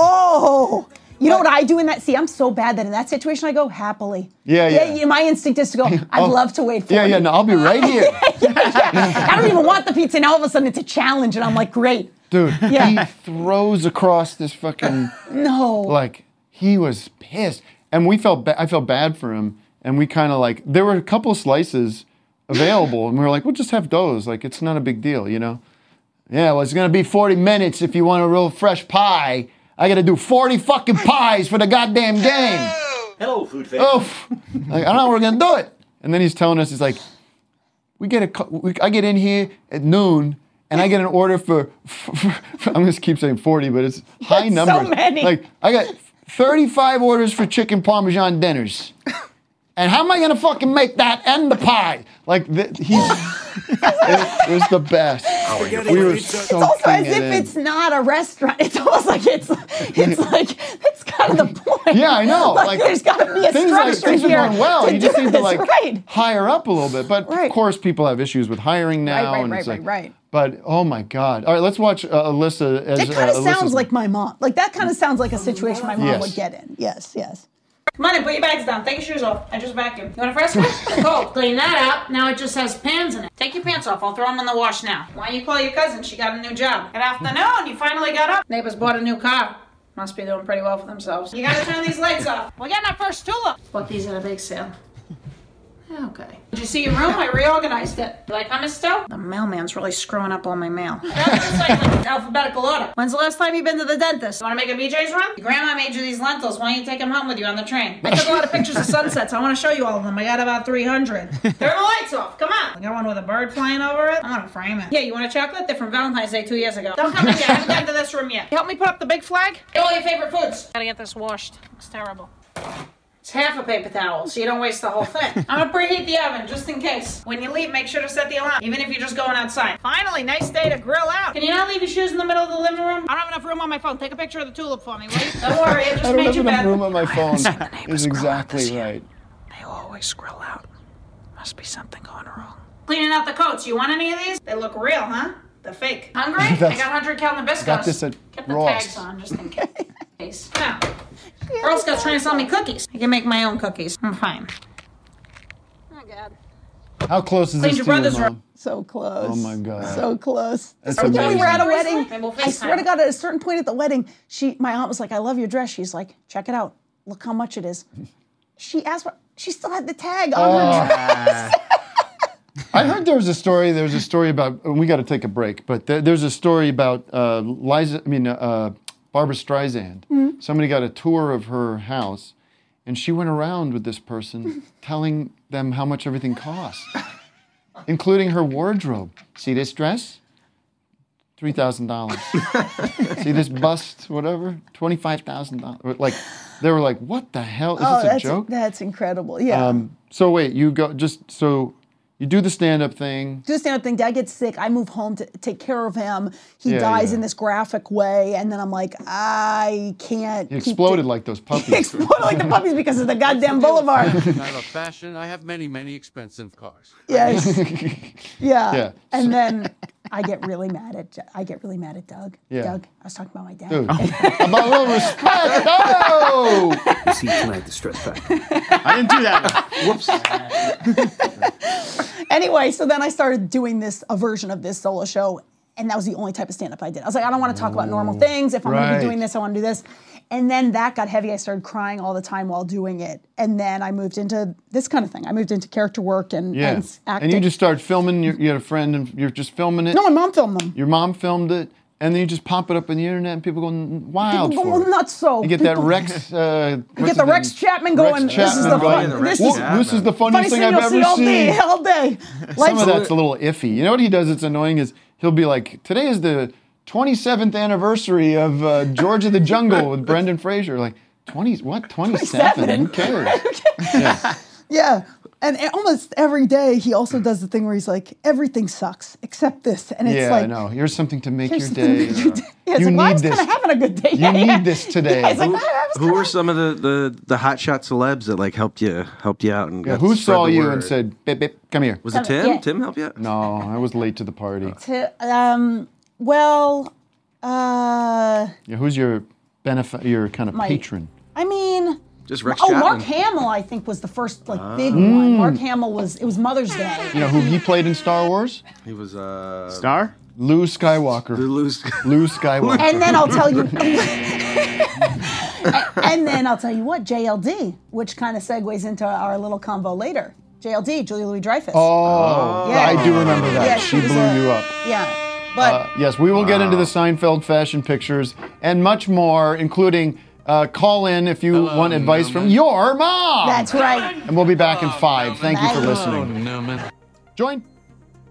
S2: Oh, you know what I do in that? See, I'm so bad that in that situation I go happily.
S3: Yeah, yeah.
S2: my instinct is to go. I'd
S3: Oh.
S2: love to wait for.
S3: Yeah,
S2: you."
S3: yeah. No, I'll be right here,
S2: I don't even want the pizza. Now all of a sudden it's a challenge, and I'm like, great.
S3: dude.
S2: Yeah.
S3: He throws across this fucking.
S2: No.
S1: Oh.
S3: like he was pissed and we felt ba- i felt bad for him and we kind of like there were a couple slices available and we were like we'll just have those like it's not a big deal you know yeah well it's gonna be 40 minutes if you want a real fresh pie i gotta do 40 fucking pies for the goddamn game
S15: Hello, food fan.
S3: Oof. Oh, Like, I don't know how we're gonna do it. And then he's telling us, he's like, we get a, cu- we, I get in here at noon and I get an order for, I'm just keep saying 40, but it's high
S1: That's so
S3: numbers.
S1: many.
S3: Like I got 35 orders for chicken parmesan dinners. And how am I gonna fucking make that and the pie? Like th- he's, it was the best. We were
S2: It's also
S3: soaking
S2: as
S3: it in.
S2: if it's not a restaurant. It's almost like it's it's like that's kind of the point.
S3: Yeah, I know.
S2: Like, there's got to be a
S3: things like-
S2: structure
S3: things
S2: here
S3: are going well.
S2: to
S3: you just
S2: do
S3: need to
S2: this
S3: like
S2: right.
S3: hire up a little bit. But of course, people have issues with hiring now.
S2: Right, right,
S3: and
S2: right,
S3: it's
S2: right,
S3: like,
S2: right.
S3: But oh my god! All right, let's watch uh, Alyssa as
S2: That kind
S3: uh,
S2: of sounds
S3: Alyssa's-
S2: like my mom. Like that kind of sounds like a situation my mom
S3: Yes.
S2: would get in. Yes, yes.
S20: Come on in, put your bags down. Take your shoes off. I just vacuumed. You want a fresh one? Cold. Clean that out. Now it just has pans in it. Take your pants off. I'll throw them in the wash now. Why don't you call your cousin? She got a new job. Good afternoon. You finally got up. Neighbors bought a new car. Must be doing pretty well for themselves. You gotta turn these lights off. We're getting our first tulip. Bought these at a big sale. Okay. Did you see your room? I reorganized it. You like hummus still? The mailman's really screwing up all my mail. alphabetical order. When's the last time you've been to the dentist? Want to make a BJ's run? Your grandma made you these lentils. Why don't you take them home with you on the train? I took a lot of pictures of sunsets. I want to show you all of them. I got about 300. Turn the lights off. Come on. I got one with a bird flying over it. I want to frame it. Yeah, you want a chocolate? They're from Valentine's Day two years ago. Don't come in yet. I haven't gotten to this room yet. You help me put up the big flag? Get all your favorite foods. Gotta get this washed. It's terrible. It's half a paper towel, so you don't waste the whole thing. I'm gonna preheat the oven just in case. When you leave, make sure to set the alarm, even if you're just going outside. Finally, nice day to grill out. Can you not leave your shoes in the middle of the living room? I don't have enough room on my phone. Take a picture of the tulip for me, will you? Don't worry, I
S3: I
S20: just
S3: don't
S20: made
S3: have
S20: you
S3: enough
S20: bed.
S3: room on my phone.
S20: haven't seen the
S3: Is exactly right.
S20: They always grill out. Must be something going wrong. Cleaning out the coats. You want any of these? They look real, huh? The fake. Hungry? I got
S3: That's-
S20: 100 cal Nabiscos.
S3: Got this at
S20: Get the tags
S3: Ross.
S20: on just in case. now, Girl Scout's trying to sell me cookies. I can make my own cookies. I'm fine. Oh, God.
S3: How close is
S20: Cleaned
S3: this
S20: your
S3: to your
S20: brother's
S3: mom?
S2: So close.
S3: Oh my god!
S2: So close.
S3: That's
S2: so when we were at a
S20: amazing.
S2: wedding,
S20: Maybe we'll
S2: I swear to
S20: FaceTime.
S2: God, at a certain point at the wedding, she, my aunt was like, "I love your dress." She's like, "Check it out. Look how much it is." She asked, for, she still had the tag on
S3: Oh.
S2: her dress.
S3: I heard there was a story. There was a story about. We got to take a break, but there, there's a story about uh, Liza. I mean, uh, Barbara Streisand.
S2: Hmm.
S1: Mhm.
S3: Somebody got a tour of her house, and she went around with this person, telling them how much everything cost, including her wardrobe. See this dress? Three thousand dollars. See this bust? Whatever. Twenty-five thousand dollars. Like, they were like, "What the hell? Is this a
S2: Oh, that's
S3: joke?"
S2: that's incredible. Yeah.
S3: Um, so wait, you go just so you do the stand-up thing.
S2: do the stand-up thing. Dad gets sick. I move home to take care of him. He
S3: Yeah,
S2: dies
S3: yeah.
S2: in this graphic way, and then I'm like, I can't.
S3: He
S2: keep
S3: exploded like those
S2: do- He
S3: puppies.
S2: exploded like the puppies because of the goddamn boulevard.
S18: I love fashion. I have many, many expensive cars.
S2: Yes. Yeah.
S18: Yeah.
S2: And then I get really mad at I get really mad at Doug.
S18: Yeah.
S2: Doug, I was talking about my dad.
S18: Dude.
S3: about a little respect. Oh!
S18: Oh. You see tonight the stress factor.
S14: I didn't do that.
S18: Whoops.
S2: anyway, so then I started doing this a version of this solo show, and that was the only type of stand up I did. I was like, I don't want to talk about normal things. If I'm going to
S3: Right.
S2: be doing this, I want to do this. And then that got heavy. I started crying all the time while doing it. And then I moved into this kind of thing. I moved into character work and,
S3: Yeah.
S2: and
S3: And,
S2: s- acting.
S3: you just start filming. You, you had a friend, and you're just filming it.
S2: No, my mom filmed them.
S3: Your mom filmed it, and then you just pop it up on the internet, and people go n- wild
S2: People go
S3: for it.
S2: nuts so.
S3: You get that
S2: People-
S3: Rex. Uh, what's
S2: You get the
S3: his name?
S2: Rex Chapman
S3: Rex
S2: going. this is
S3: Chapman
S2: the
S3: going,
S2: fun. This
S3: "Whoa,
S2: is
S3: this is the
S2: funniest
S3: funniest thing I've
S2: you'll see
S3: ever seen.
S2: all day, all day.
S3: Some of that's a little iffy. You know what he does? It's annoying. Is he'll be like, "Today is the 27th anniversary of uh, George of the Jungle with Brendan Fraser." Like, 20? What? 27? Who cares?
S2: Yeah. And a- almost every day, he also does the thing where he's like, everything sucks except this. And it's
S3: yeah, I
S2: like,
S3: know. Here's something to make
S2: here's
S3: your
S2: something
S3: day. uh,
S2: to make your day. Yeah, it's
S3: you
S2: like, well, I
S3: need
S2: was kind
S3: this.
S2: of having a good day.
S3: You
S2: Yeah,
S3: need
S2: yeah.
S3: this today.
S2: Yeah, it's like, "Ah."
S6: Who were some of the the the hotshot celebs that like helped you helped you out and
S3: Yeah,
S6: got
S3: who
S6: to spread
S3: saw
S6: the
S3: you
S6: word?
S3: and said, "Bip bip, come here"?
S6: Was it Tim?
S2: Yeah.
S6: Tim help you? out?
S3: No, Oh, I was late to the party.
S2: To, um, well, uh,
S3: Yeah, who's your benefit? Your kind of
S2: My-
S3: patron?
S2: I mean,
S3: Just
S2: oh, Mark Hamill, I think, was the first like
S6: Ah.
S2: big one.
S3: Mm.
S2: Mark Hamill was, it was Mother's Day.
S3: You know who he played in Star Wars?
S6: He was uh
S3: Star. Lou Skywalker.
S6: Lou,
S3: Skywalker.
S2: And then I'll tell you. and then I'll tell you what, JLD, which kind of segues into our little convo later. JLD, Julia Louis Dreyfus.
S3: Oh, I do remember that.
S2: Yeah,
S3: she
S2: she was
S3: blew
S2: a-
S3: you up.
S2: Yeah. But
S3: Uh, yes, we will get into the Seinfeld fashion pictures and much more, including uh, call in if you want advice from your mom.
S1: That's right.
S3: And we'll be back in five. Thank you for
S1: Bye.
S3: listening. Join.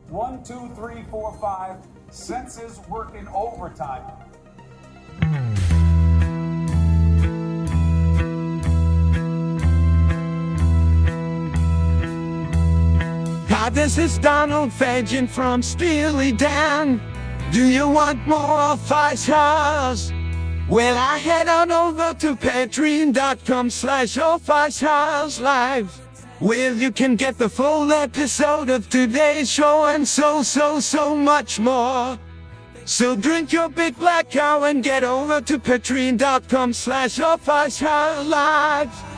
S1: One, two, three, four, five. Senses working overtime.
S4: Hi, this is Donald Fagin from Steely Dan. Do you want more fighters? Well, I head on over to patreon.com slash fighters live. Where you can get the full episode of today's show and so, so, so much more. So drink your big black cow and get over to patreon.com slash fighters live.